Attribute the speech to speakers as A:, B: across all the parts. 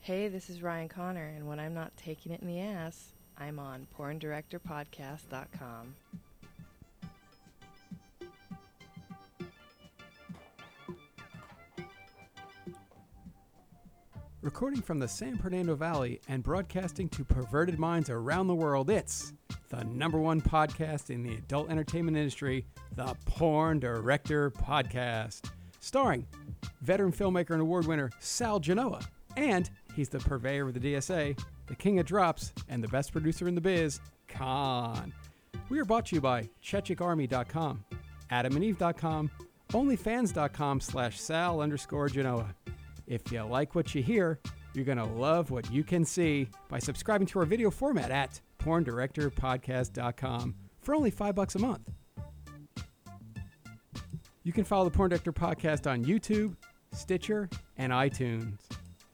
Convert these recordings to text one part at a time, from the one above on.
A: Hey, this is Ryan Connor, and when I'm not taking it in the ass, I'm on PornDirectorPodcast.com.
B: Recording from the San Fernando Valley and broadcasting to perverted minds around the world, it's the number one podcast in the adult entertainment industry, the Porn Director Podcast. Starring veteran filmmaker and award winner Sal Genoa. And he's the purveyor of the DSA, the king of drops, and the best producer in the biz, Khan. We are brought to you by ChechikArmy.com, AdamandEve.com, OnlyFans.com slash Sal underscore Genoa. If you like what you hear, you're going to love what you can see by subscribing to our video format at porndirectorpodcast.com for only 5 bucks a month. You can follow the Porn Director Podcast on YouTube, Stitcher, and iTunes.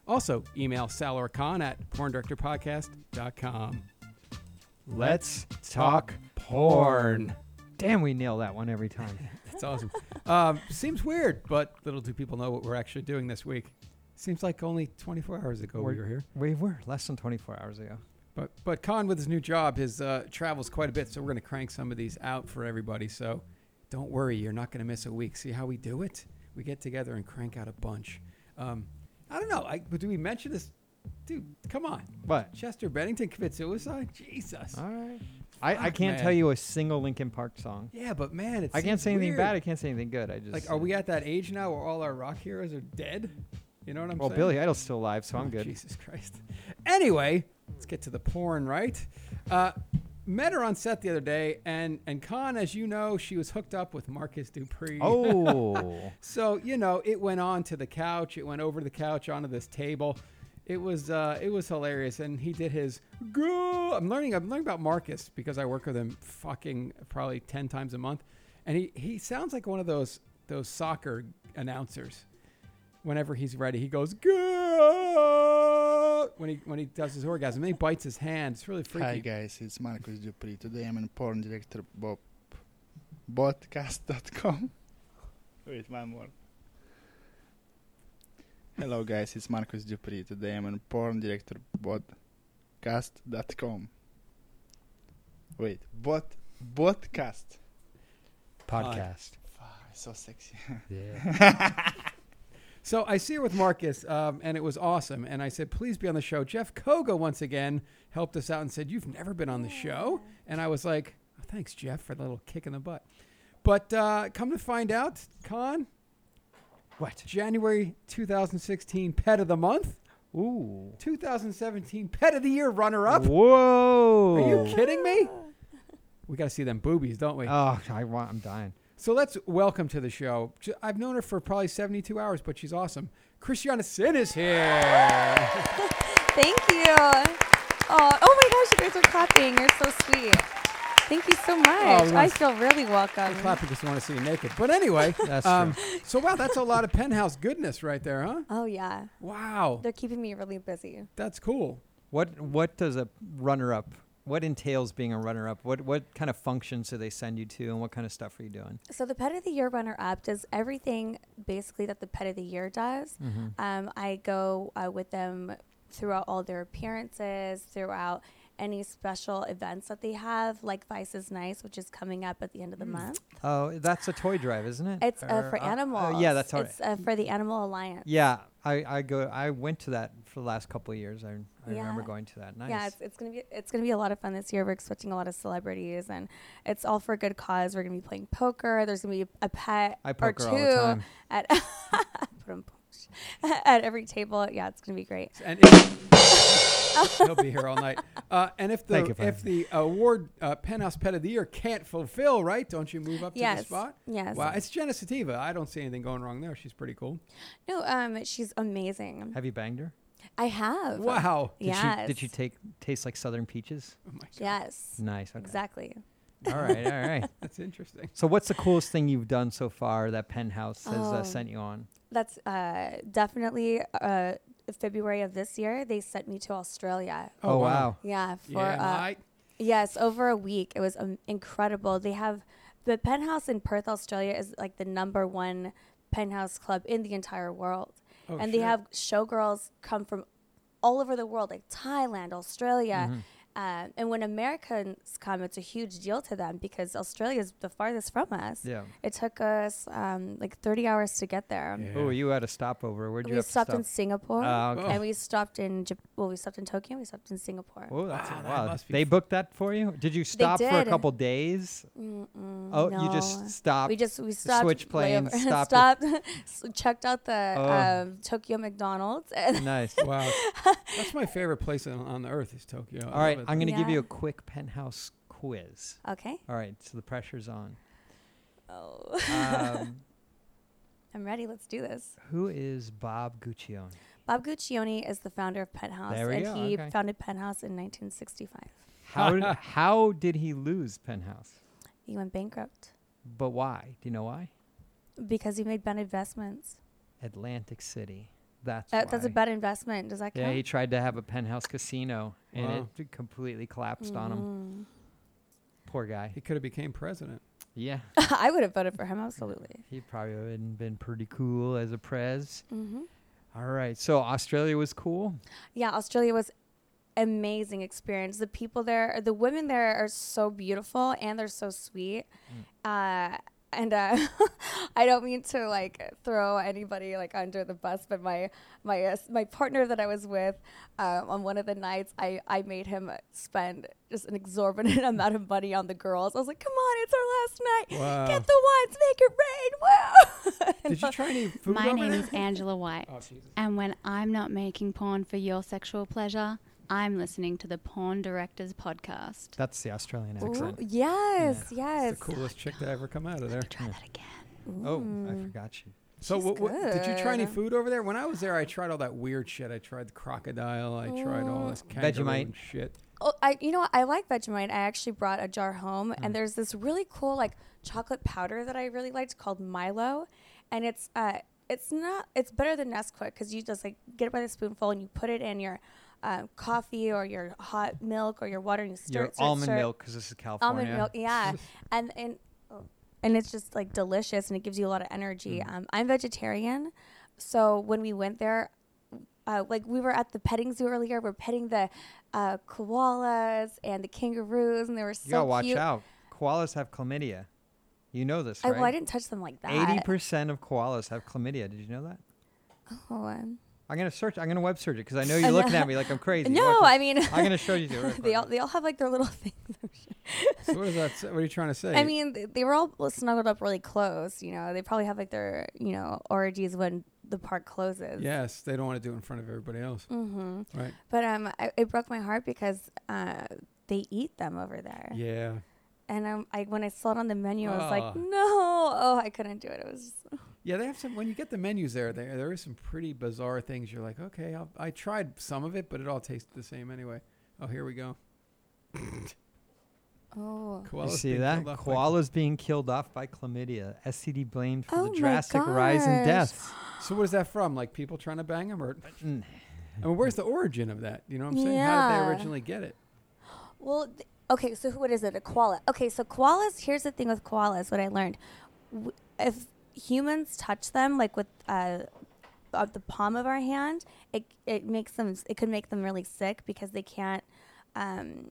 B: Also, email Sal or Khan at porndirectorpodcast.com. Let's talk porn.
C: Damn, we nail that one every time.
B: That's awesome. um, seems weird, but little do people know what we're actually doing this week. Seems like only 24 hours ago we were here.
C: we were less than 24 hours ago.
B: But but Khan with his new job, his uh, travels quite a bit, so we're going to crank some of these out for everybody. So don't worry, you're not going to miss a week. See how we do it? We get together and crank out a bunch. Um, I don't know. I, but do we mention this? Dude, come on.
C: But
B: Chester Bennington commits suicide. Jesus.
C: all right, I, I
B: Fuck,
C: can't tell
B: man.
C: you a single Linkin Park song.
B: Yeah, but man, it's
C: I can't say anything bad. I can't say anything good. I just
B: Like, are we at that age now where all our rock heroes are dead? You know what I'm
C: well,
B: saying?
C: Billy Idol's still alive, so I'm
B: Oh,
C: good.
B: Jesus Christ. Anyway, let's get to the porn, right? Uh, met her on set the other day, and and Khan, as you know, she was hooked up with Marcus Dupree.
C: Oh,
B: So you know, it went on to the couch. It went over the couch onto this table. It was uh, it was hilarious, and he did his go. I'm learning I'm learning about Marcus because I work with him fucking probably ten times a month, and he he sounds like one of those those soccer announcers. Whenever he's ready, he goes go when he when he does his orgasm. And he bites his hand. It's really freaky.
D: Hi guys, it's Marcus Dupree. Today I'm in porn director Bob podcast.com. Wait, one more. Hello guys, it's Marcus Dupree. Today I'm in porn director podcast.com. Wait, bot podcast.
C: podcast.
D: Fuck, so sexy.
C: Yeah.
B: So I see her with Marcus, um, and it was awesome. And I said, please be on the show. Jeff Koga, once again, helped us out and said, You've never been on the show. And I was like, "Oh, Thanks, Jeff, for the little kick in the butt. But uh, come to find out, Con,
C: What?
B: January 2016 Pet of the Month,
C: Oh. Ooh.
B: 2017 Pet of the Year runner up.
C: Whoa.
B: Are you kidding me? We got to see them boobies, don't we?
C: Oh, I want. I'm dying.
B: So let's welcome to the show. J- I've known her for probably 72 hours, but she's awesome. Christiana Sin is here.
E: Thank you. Oh, oh my gosh, you guys are clapping. You're so sweet. Thank you
C: Oh,
E: so much.
B: we
E: I
B: want-
E: feel really welcome.
B: clap because you want to see you naked. But anyway,
C: That's
B: um, so wow, that's a lot of penthouse goodness right there, huh?
E: Oh yeah,
B: Wow,
E: they're keeping me really busy.
B: that's cool.
C: What What does a runner-up? What entails being a runner-up? What What kind of functions do they send you to, and what kind of stuff are you doing?
E: So the Pet of the Year runner-up does everything basically that the Pet of the Year does.
B: Mm-hmm.
E: Um, I go uh, with them throughout all their appearances, throughout any special events that they have, like Vice is Nice, which is coming up at the end of the month.
C: Oh, that's a toy drive, isn't it?
E: It's uh,
C: Or,
E: for
C: uh, uh,
E: animals.
C: yeah, that's all right.
E: It's uh, for the Animal Alliance.
C: Yeah, I, I go. I went to that for the last couple of years. I, I remember
E: Yeah.
C: going to that. Nice.
E: Yeah, it's, it's gonna be it's gonna be a lot of fun this year. We're expecting a lot of celebrities, and it's all for a good cause. We're gonna be playing poker. There's gonna be a pet
C: I
E: or
C: poker
E: two
C: all the time.
E: at put 'em push. at every table. Yeah, it's gonna be great.
B: And if, he'll be here all night. Uh, and if the
C: Thank you, Brian.
B: if the award uh, penthouse pet of the year can't fulfill, right? Don't you move up to
E: Yes,
B: the spot?
E: yes.
B: Wow, it's Jenna Sativa. I don't see anything going wrong there. She's pretty cool.
E: No, um, she's amazing.
C: Have you banged her?
E: I have.
B: Wow.
C: Did
E: Yes.
C: She, did she take taste like southern peaches?
B: Oh my God,
E: Yes.
C: Nice. Okay.
E: Exactly.
C: all right. All right.
B: that's interesting.
C: So, what's the coolest thing you've done so far that Penthouse has uh,
E: Oh.
C: sent you on?
E: That's uh, definitely uh, February of this year. They sent me to Australia.
B: Oh, wow.
E: Yeah, for
B: Yeah,
E: uh,
B: I-
E: Yes, over a week. It was um, incredible. They have the penthouse in Perth, Australia is like the number one penthouse club in the entire world.
B: Oh,
E: and
B: shit.
E: they have showgirls come from all over the world, like Thailand, Australia.
C: Mm-hmm.
E: Um, and when Americans come, it's a huge deal to them because Australia is the farthest from us.
C: Yeah.
E: It took us um, like 30 hours to get there.
B: Yeah.
C: Oh, you had a stopover. Where'd you
E: We
C: have
E: stopped
C: to
E: in
C: stop?
E: Singapore,
C: Ah, okay.
E: and we stopped in Jap- well, we stopped in Tokyo, we stopped in Singapore.
C: Oh, that's
B: Wow,
C: wow.
B: Ah, that must be
C: they
B: f-
C: booked that for you? Did you stop for a
E: did.
C: couple days?
E: Mm-mm,
C: Oh, you just
E: no.
C: stopped.
E: we just we stopped
C: switch plane,
E: layover-
C: stopped
E: stopped s- checked out the
C: Oh.
E: um, Tokyo McDonald's and
C: nice.
B: Wow, that's my favorite place on, on the earth is Tokyo. I
C: All right,
B: love it.
C: I'm going to give you
E: Yeah.
C: a quick penthouse quiz.
E: okay
C: All right, so the pressure's on.
E: oh
C: Um,
E: I'm ready let's do this
C: who is Bob Guccione?
E: Bob Guccione is the founder of Penthouse
C: There we
E: and
C: go,
E: he
C: okay.
E: founded Penthouse in 1965
C: How did, how did he lose Penthouse?
E: he went bankrupt
C: But why? Do you know why?
E: because he made bad investments
C: Atlantic City. That's
E: that, that's a
C: why.
E: bad investment does that count
C: Yeah, he tried to have a penthouse casino, and
B: Wow.
C: it completely collapsed on him.
E: Mm.
C: Poor guy.
B: He could have became president.
C: Yeah,
E: Mm. I would have voted for him absolutely
C: he probably would have been pretty cool as a prez.
E: hmm
C: All right, so Australia was cool.
E: Yeah, Australia was amazing experience. The people there, the women there are so beautiful and they're so sweet.
B: Mm.
E: Uh, and uh, I don't mean to like throw anybody like under the bus, but my my uh, s- my partner that I was with um, on one of the nights, I I made him spend just an exorbitant amount of money on the girls. I was like, "Come on, it's our last night.
B: Wow.
E: Get the wines, make it rain!" Wow. And
B: Did you try any food
F: My
B: over
F: name
B: there?
F: is Angela White,
B: Oh, Jesus.
F: and when I'm not making porn for your sexual pleasure, I'm listening to the Porn Directors podcast.
C: That's the Australian
E: Ooh,
C: accent.
E: yes,
B: It's
E: yes.
B: the coolest chick to ever come out of there.
F: Try that again.
C: Oh,
E: Mm.
C: I forgot you.
B: So,
E: She's
B: what, what, did you try any
E: good.
B: food over there? When I was there, I tried all that weird shit. I tried the crocodile. I tried all this kangaroo
C: Vegemite.
B: and shit.
E: Oh, I you know what? I like Vegemite. I actually brought a jar home,
C: Mm.
E: and there's this really cool like chocolate powder that I really liked called Milo, and it's uh it's not it's better than Nesquik because you just like get it by the spoonful and you put it in your um, coffee or your hot milk or your water and you stir
C: Your
E: it. stir it,
C: almond
E: stir it.
C: milk, because this is California.
E: Almond milk, yeah, and and oh, and it's just like delicious and it gives you a lot of energy.
C: Mm.
E: Um, I'm vegetarian, so when we went there, uh, like we were at the petting zoo earlier, we're petting the uh, koalas and the kangaroos, and they were so
C: You gotta watch
E: cute.
C: out. Koalas have chlamydia. You know this,
E: I,
C: right?
E: well, I didn't touch them like that.
C: Eighty percent of koalas have chlamydia. Did you know that?
E: Hold on.
C: I'm gonna search. I'm gonna web search it because I know you're looking at me like I'm crazy.
E: No,
C: Watch
E: I mean,
C: this. I'm gonna show you. the-
E: they all they all have like their little things.
B: So what is that? say- What are you trying to say?
E: I mean, th- they were all snuggled up really close. You know, they probably have like their you know orgies when the park closes.
B: yes, they don't want to do it in front of everybody else,
E: Mm-hmm.
B: right?
E: But um, I, it broke my heart because uh, they eat them over there.
B: Yeah.
E: And um, I, when I saw it on the menu, I was
B: Ah.
E: like, no, oh, I couldn't do it. It was
B: Yeah, they have some. When you get the menus there, there there is some pretty bizarre things. You're like, okay, I'll, I tried some of it, but it all tasted the same anyway. Oh, here we go.
E: oh,
C: You
B: Koalas
C: see
B: being
C: that?
B: killed off by-
C: Koalas being killed off by chlamydia. STD blamed for
E: Oh
C: the
E: my
C: drastic rise in
E: gosh.
C: deaths.
B: So what is that from? Like people trying to bang them, or
C: Mm.
B: I mean, where's the origin of that? You know what I'm saying? How did they
E: Yeah.
B: originally get it?
E: well. Th- okay, so what is it? A koala? Okay, so koalas. Here's the thing with koalas. What I learned, w- if humans touch them, like with uh, uh, the palm of our hand, it it makes them. It could make them really sick because they can't. Um,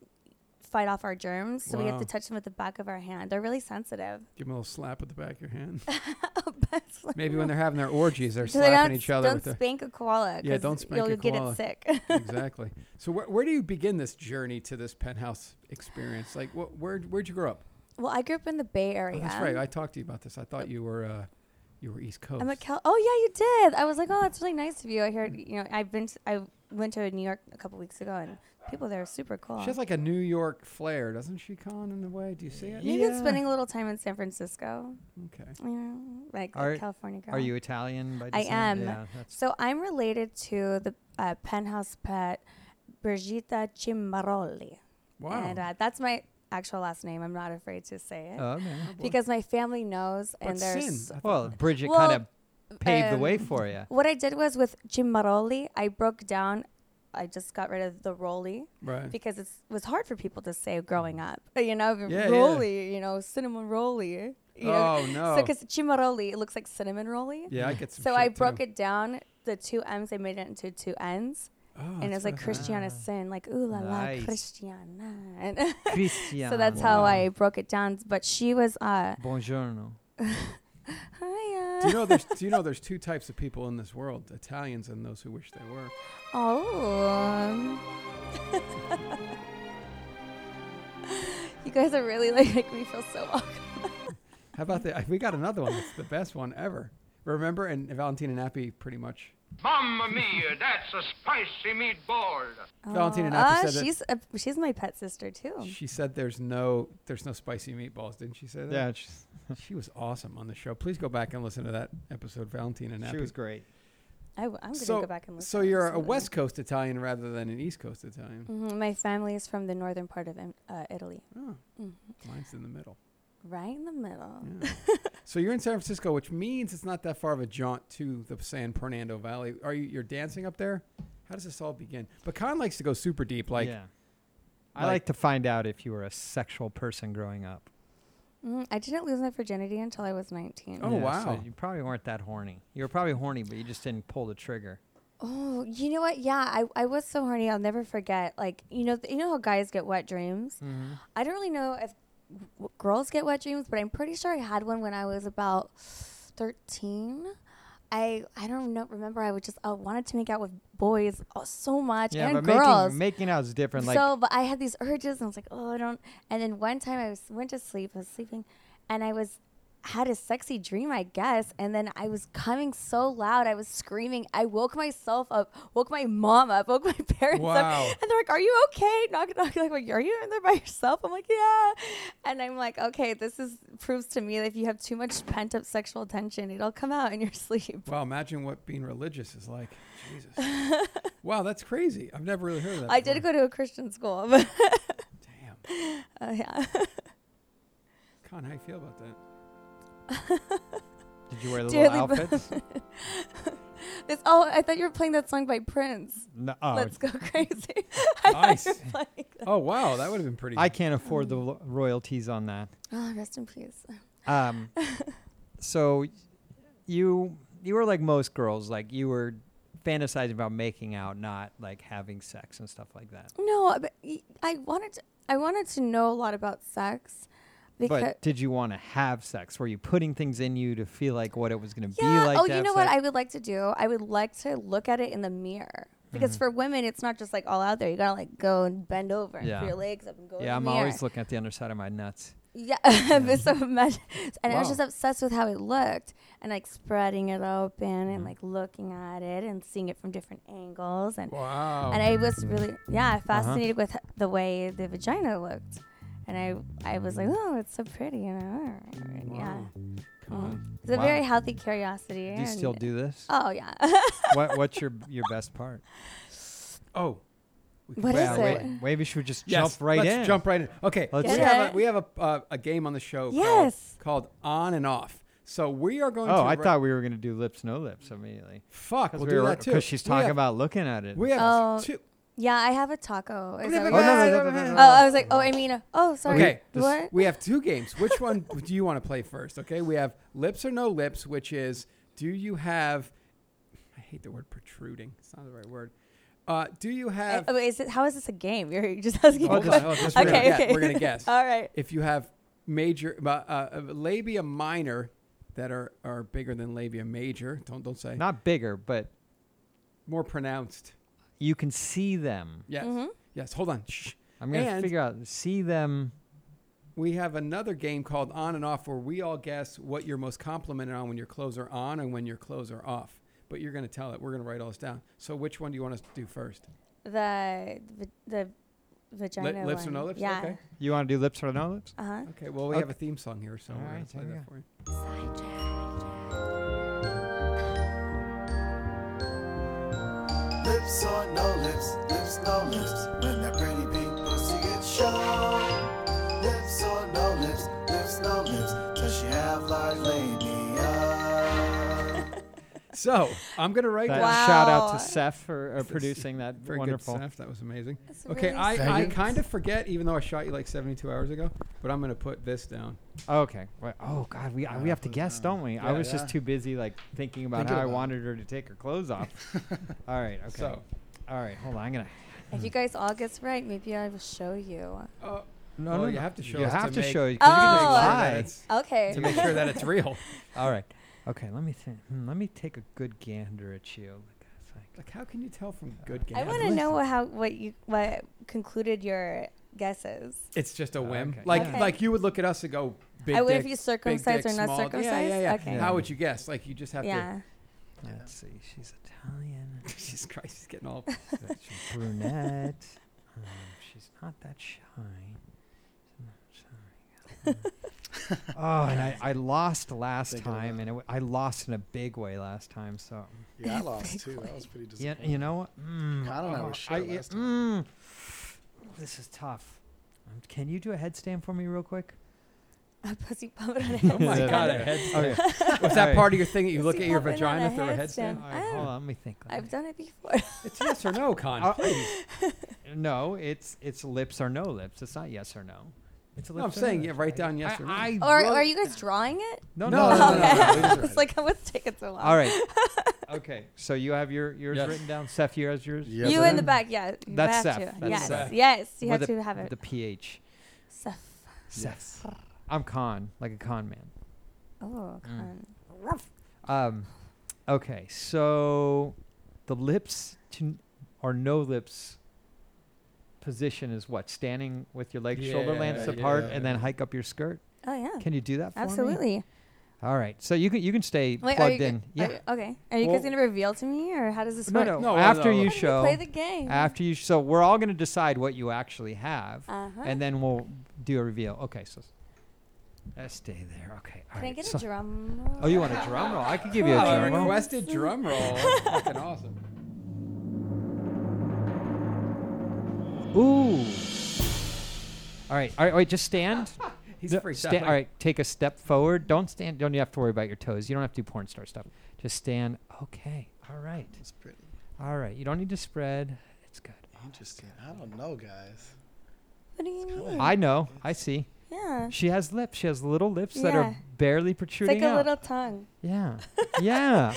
E: fight off our germs so we have
B: Wow.
E: to touch them with the back of our hand they're really sensitive
B: Give them a little slap with the back of your hand.
E: That's like-
B: Maybe when they're having their orgies, they're
E: So
B: slapping
E: don't,
B: each other.
E: Don't
B: With the,
E: spank a koala.
B: Yeah,
E: 'cause
B: don't spank
E: you'll
B: a
E: get
B: koala.
E: it sick.
B: exactly. So where where do you begin this journey to this penthouse experience? Like, what where where'd you grow up?
E: well, I grew up in the Bay
B: Oh,
E: Area.
B: that's right. I talked to you about this. I thought you were uh, you were East Coast.
E: am a Cal. Oh yeah, you did. I was like, oh, that's really nice of you. I heard, you know, I've been. To, I went to New York a couple weeks ago, and people there are super cool.
B: She has like a New York flair, doesn't she, Colin? In a way, do you see it?
E: Maybe
C: Yeah.
E: it's spending a little time in San Francisco,
B: Okay.
E: you know, like a
C: Are-
E: California girl.
C: Are you Italian by
E: I
C: descent?
E: am.
C: Yeah, that's
E: So I'm related to the uh, penthouse pet, Brigitta Cimaroli,
B: Wow.
E: and uh, that's my actual last name. I'm not afraid to say it
C: oh, okay.
E: because my family knows,
B: But
E: and they're
B: sin,
E: s-
B: I thought-
C: Well, Bridget
E: Well,
C: kind of paved the way
E: um,
C: for you.
E: What I did was with Cimaroli, I broke down. I just got rid of the rolly
B: right.
E: because it was hard for people to say growing up. You know,
B: yeah.
E: rolly, you know, cinnamon rolly. You know?
B: oh no.
E: So, because Cimaroli, it looks like cinnamon rolly.
B: yeah, I get some.
E: so I broke it down. The two M's, I made it into two N's.
B: Oh,
E: and
B: that's
E: it's
B: what
E: like
B: I thought.
E: Christiana Sin, like ooh la
C: Nice.
E: la Christiana.
C: Christian.
E: so that's how
B: Wow.
E: I broke it down. But she was uh,
C: Buongiorno.
E: hiya.
B: Do you know there's do you know there's two types of people in this world, Italians and those who wish they were.
E: Oh. um. you guys are really like make me feel so awkward.
B: How about that? We got another one. It's the best one ever. Remember, and Valentina Nappi pretty much.
G: Mamma mia, that's a spicy meatball.
B: Valentina
E: Oh,
B: Nappi
E: uh,
B: said that-
E: she's a, she's my pet sister too.
B: She said there's no there's no spicy meatballs, didn't she say that?
C: Yeah, she's,
B: She was awesome on the show. Please go back and listen to that episode, Valentina Nappi.
C: she was great.
E: I, am gonna
B: so-
E: go back and listen.
B: So
E: to
B: you're
E: some
B: a
E: of them.
B: West Coast Italian rather than an East Coast Italian.
E: Mhm, My family is from the northern part of um, uh, Italy,
B: Oh,
E: Mhm.
B: mine's in the middle.
E: right in the middle.
B: Yeah. so you're in San Francisco, which means it's not that far of a jaunt to the San Fernando Valley. Are you you're dancing up there? How does this all begin? But Con likes to go super deep, like
C: yeah. I
B: like-
C: like to find out if you were a sexual person growing up.
E: Mm, I didn't lose my virginity until I was 19.
B: Oh,
C: Yeah, so
B: wow.
C: you probably weren't that horny. You were probably horny, but you just didn't pull the trigger.
E: Oh, you know what? Yeah, I, I was so horny. I'll never forget. Like, you know, you know how guys get wet dreams?
C: Mm-hmm.
E: I don't really know if w- girls get wet dreams, but I'm pretty sure I had one when I was about 13. I I don't know, remember. I would just I wanted to make out with boys uh, so much
C: Yeah,
E: and
C: but
E: girls.
C: making making out is different. Like
E: so, but I had these urges, and I was like, oh, I don't. And then one time I was, went to sleep, I was sleeping, and I was had a sexy dream, I guess. And then I was coming so loud, I was screaming. I woke myself up, woke my mom up, woke my parents
B: Wow.
E: up, and they're like, "Are you okay?" Knock, knock. Like, like, are you in there by yourself? I'm like, yeah. And I'm like, okay, this is proves to me that if you have too much pent up sexual tension, it'll come out in your sleep.
B: Wow, imagine what being religious is like. Jesus. wow, that's crazy. I've never really heard of that.
E: I did
B: before.
E: go to a Christian school, but
B: Damn.
E: uh, yeah.
B: Con, how you feel about that?
C: Did you wear the
E: Dearly
C: little outfits?
E: It's, oh, I thought you were playing that song by Prince.
C: no, oh,
E: Let's go crazy. I thought
B: Nice.
E: you were playing that.
B: Oh wow, that would have been pretty
C: I can't afford the lo- royalties on that.
E: Oh, rest in peace.
C: Um, so you you were like most girls, like you were fantasizing about making out, not like having sex and stuff like that.
E: No, but y- I wanted to, I wanted to know a lot about sex because
C: but did you want to have sex? Were you putting things in you to feel like what it was going to
E: yeah.
C: be like?
E: oh,
C: to
E: you
C: have
E: know what
C: sex?
E: I would like to do? I would like to look at it in the mirror because
C: Mm-hmm.
E: for women, it's not just like all out there. You gotta like go and bend over and
C: Yeah.
E: put your legs up and go.
C: yeah,
E: in
C: I'm
E: the mirror.
C: always looking at the underside of my nuts.
E: Yeah, but so imagine, and I was
B: Wow.
E: just obsessed with how it looked, and like spreading it open,
C: Mm-hmm.
E: and like looking at it, and seeing it from different angles, and
B: Wow.
E: and I was really
B: Uh-huh.
E: yeah fascinated with h- the way the vagina looked, and I I was like oh it's so pretty, you know, and yeah, Mm.
B: Wow. Con.
E: it's a
C: Wow.
E: very healthy curiosity.
C: Do you still
E: and-
C: do this?
E: Oh yeah,
C: what What's your your best part?
B: Oh. We
E: What
B: can-
E: is
B: wait.
E: it?
C: Maybe she would just
B: Yes,
C: jump right
B: let's
C: in.
B: Jump right in. Okay,
C: Let's
B: we
E: do
B: have,
E: it.
B: a, we have a, uh, a game on the show.
E: Yes.
B: Called, called On and Off. So we are going to.
C: Oh, I
B: ra-
C: thought we were going to do lips, no lips immediately.
B: Fuck,
C: Because
B: we'll
C: we
B: do
C: were-
B: that too.
C: 'cause she's
B: We
C: talking
B: have-
C: about looking at it.
B: We have
E: Oh.
B: two.
E: yeah I have a taco. Is that
B: Oh,
E: what
C: no,
E: you-
C: no, no, no, no,
E: oh
C: no, no.
E: I was like oh I mean uh, oh sorry
B: Okay,
C: this-
E: what
B: We have two games. Which one do you want to play first? Okay, we have lips or no lips, which is do you have? I hate the word protruding. It's not the right word. Uh, do you
E: I,
B: have? Oh,
E: oh, wait, is it, how is this a game? You're just asking.
B: Hold
E: a
B: on,
E: question.
B: hold on, 'cause we're gonna
E: okay,
B: guess-
E: okay. Uh,
B: we're gonna guess.
E: All right.
B: if you have major uh, uh, labia minor that are, are bigger than labia major, don't don't say
C: Not bigger, but
B: more pronounced.
C: you can see them.
B: Yes,
E: Mhm.
B: yes. Hold on. Shh.
C: I'm going to
B: And-
C: figure out, see them.
B: We have another game called On and Off where we all guess what you're most complimented on when your clothes are on and when your clothes are off. But you're going to tell it. We're going to write all this down. So which one do you want us to do first?
E: The the, the vagina
B: lips or
E: one.
B: no lips?
E: Yeah.
B: Okay.
C: You want to do lips or no lips?
E: Uh huh.
B: Okay. Well, we have a theme song here, so
C: All
B: we're going
C: right,
B: to play
C: here we
B: that
C: go.
B: for you.
H: Lips or no lips, lips no lips. When that pretty pink pussy gets shown. Lips or no lips, lips no lips. Does she have large labia?
B: So I'm going to write
C: That-
B: down.
C: Shout out
E: Wow.
C: to Seth for uh, producing that
B: Very
C: wonderful.
B: good stuff. That was amazing.
E: That's
B: okay,
E: really
B: I, I
D: Thank you.
B: kind of forget, even though I shot you like 72 hours ago, but I'm going to put this down.
C: Okay. Wait, oh God, we uh, we have to guess, don't we? I
B: Yeah,
C: was
D: yeah.
C: just too busy like thinking about
B: Thinking
C: how I
B: about it.
C: wanted her to take her clothes off. All right. Okay.
B: So
C: All right, hold on. I'm gonna.
E: If you guys all guess right, maybe I will show you.
B: Uh,
C: No,
B: Well, you have to show
C: You
B: us
C: have
B: to
C: to
B: make-
C: show. 'cause
E: Oh,
C: you
E: I-
C: can
B: that
C: lie.
B: it's-
E: Okay.
B: to make sure that it's real.
C: All right. Okay, let me think. Hmm, let me take a good gander at you. Like, it's like-
B: Like, how can you tell from good games?
E: I want to know how what you what concluded your guesses.
B: It's just a
C: Oh,
B: whim.
C: okay.
B: Like,
E: Okay.
B: like you would look at us and go, big
E: I would
B: dick,
E: if you
B: big dick,
E: circumcised or not
B: small-
E: circumcised.
B: Yeah, yeah, yeah.
E: Okay.
B: How would you guess? Like, you just have
E: yeah.
C: Let's see. She's Italian.
B: to. Jesus Christ, he's getting all.
C: that she's brunette. Um, she's not that shy. She's not shy. Um, oh, and I, I lost last
I: Thinking
C: time, and it w- I lost in a big way last time. So
I: Yeah, I lost too. That was pretty
C: yeah,
I: disappointing.
C: you know what? Mm,
I: I don't know,
C: oh,
I: shit
C: yeah,
I: last time.
C: mm, this is tough. Um, can you do a headstand for me real quick?
E: A pussy pumping on a
B: Oh my
E: headstand.
B: God, a
C: Okay.
B: headstand. Was that part of your thing that you look
E: Pussy
B: at your
E: popping on
B: vagina
E: a
B: through a headstand?
E: headstand.
C: All right, hold on, let me think. let
E: I've
C: me-
E: done it before.
B: It's yes or no,
C: Uh,
B: Con. Oh, please.
C: No, it's it's lips or no lips. It's not yes or no. It's
B: No, I'm saying, yeah, write down yes or no.
C: I, I
E: or
C: wrote-
E: are you guys drawing it?
C: No,
B: No, no, no, no,
E: I was like, what's taking so long?
C: All right. okay. So you have your yours
B: Yes.
C: written down. Steph, you has yours.
I: Yeah,
E: you
I: but
E: in the back, yeah. You
C: That's
E: have
C: Seth.
E: to.
C: That's
E: yes,
B: Seth.
E: yes, you
C: With
E: have
C: the-
E: to have it.
C: The ph.
E: Seth.
C: Seth. I'm con, like a con man.
B: Mm.
E: Oh, con.
C: Um, okay. So the lips to n- or no lips position is what standing with your legs shoulder
B: Yeah,
C: lengths apart
B: yeah.
C: and then hike up your skirt.
E: Oh yeah,
C: Can you do that for me?
E: absolutely.
C: All right. So you can you can stay
E: Wait, are
C: plugged
E: you,
C: in.
E: g-
C: Yeah.
E: are you- okay. Are you
B: Well-
E: guys gonna reveal to me, or how does this
C: no,
E: work?
C: no.
B: No, no,
C: after
B: no.
C: you
E: How do we
C: show,
E: play the game.
C: after you, so we're all going to decide what you actually have,
E: Uh-huh.
C: and then we'll do a reveal. Okay, so uh, stay there. Okay. all
E: Can I
C: right,
E: get
C: so-
E: a drum roll?
C: Oh, you want a drum roll? I could give you a
B: Oh,
C: drum roll.
B: requested drum roll. That's fucking awesome.
C: Ooh. All right. All right. Wait. Just stand.
B: He's
C: No,
B: freaked
C: sta-
B: out.
C: All right. Take a step forward. Don't stand. Don't you have to worry about your toes? You don't have to do porn star stuff. Just stand. Okay. All right.
I: It's pretty
C: All right. You don't need to spread. It's good.
I: interesting. I don't know, guys.
E: What do you mean?
C: I know. I see.
E: yeah.
C: She has lips. She has little lips that are
E: Yeah.
C: barely
E: It's
C: protruding
E: like a
C: out.
E: little tongue.
C: Yeah. Yeah.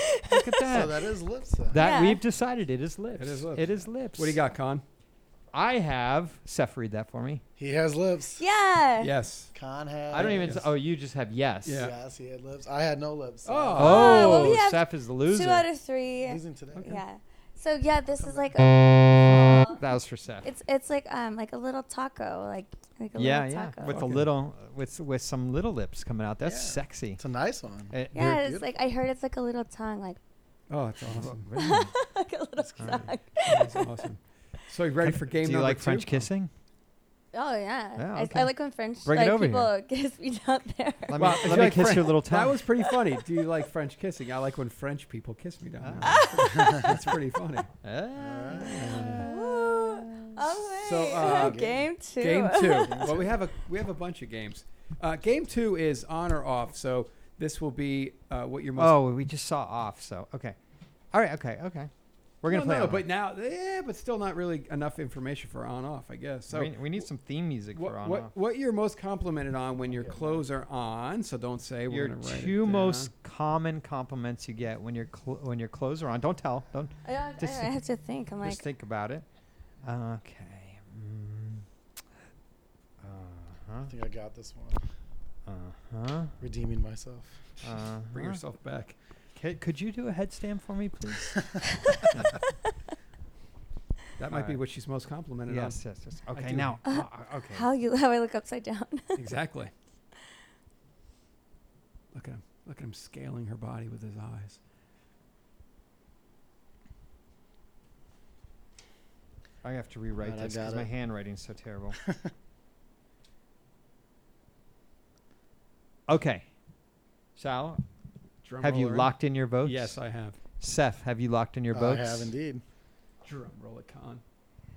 C: Look at that.
I: So that is lips. Then.
C: that
E: Yeah.
C: we've decided it is lips.
B: is lips.
C: It is lips.
B: What do you got, Con?
C: I have Seth read that for me.
I: he has lips.
E: Yeah.
B: Yes.
I: Con had.
C: I don't even
B: yes.
C: s- oh you just have yes.
B: Yeah.
I: Yes, he had lips. I had no lips. so
B: Oh.
C: Oh,
E: Oh, well, we have
C: Seth is the loser.
E: Two out of three.
I: I'm Losing today.
E: Yeah. So yeah, this is like a,
C: that was for Seth.
E: it's it's like um like a little taco like like a
C: yeah,
E: little
C: yeah.
E: taco.
C: With a
B: Okay.
C: little with with some little lips coming out. That's
I: Yeah.
C: sexy.
I: It's a nice one.
C: Uh,
E: yeah,
C: you're-
E: it's like I heard it's like a little tongue like
B: Oh, that's awesome.
C: really?
E: like a little tongue.
B: That's awesome. So you ready for game
C: Do you
B: number
C: like
B: two?
C: French kissing?
E: Oh yeah.
C: Yeah,
E: I- I,
C: okay.
E: like when French
C: Bring it
E: like
C: over
E: people
C: here.
E: kiss me down there.
B: Well,
C: Let me,
B: if
C: let
B: you
C: me
B: like
C: kiss
B: Fren-
C: your little tongue.
B: That was pretty funny. Do you like French kissing? I like when French people kiss me down there. That's pretty funny.
C: Eh. Ah.
E: Ooh. Oh wait.
B: So, uh,
E: game two.
B: Game two. Well, we have a we have a bunch of games. Uh, game two is on or off. So this will be uh, what your most.
C: Oh, we just saw off, so okay. All right, okay, okay. We're gonna
B: no,
C: play.
B: no,
C: it
B: but now yeah, but still not really enough information for on off. I guess so.
C: we, we need some theme music
B: What,
C: for on
B: what,
C: off.
B: what you're most complimented on when your clothes are on, so don't say we're
C: Your
B: gonna write it
C: two most
B: down.
C: common compliments you get when your cl- when your clothes are on. Don't tell. Don't
E: I, don't-
C: Just-
E: I have to think. I'm like
C: just think about it. Okay. Mm. Uh huh.
I: I think I got this one.
C: Uh huh.
I: Redeeming myself.
C: Uh
B: Bring yourself back.
C: Could you do a headstand for me, please?
B: That might be
C: Alright.
B: what she's most complimented
C: yes, yes, yes. Okay,
B: do.
C: now. uh, uh, okay.
E: Uh-huh. how you how I look upside down.
B: on. Exactly. Look at him. Look at him scaling her body with his eyes.
C: I have to rewrite
I: Alright, I
C: this because
I: got
C: my
I: it.
C: handwriting's so terrible. okay. Sal,
B: Drum
C: have you
B: roller.
C: locked in your votes?
B: Yes, I have.
C: Seth, have you locked in your votes?
I: I have indeed.
B: Drum roll it, con.
E: e-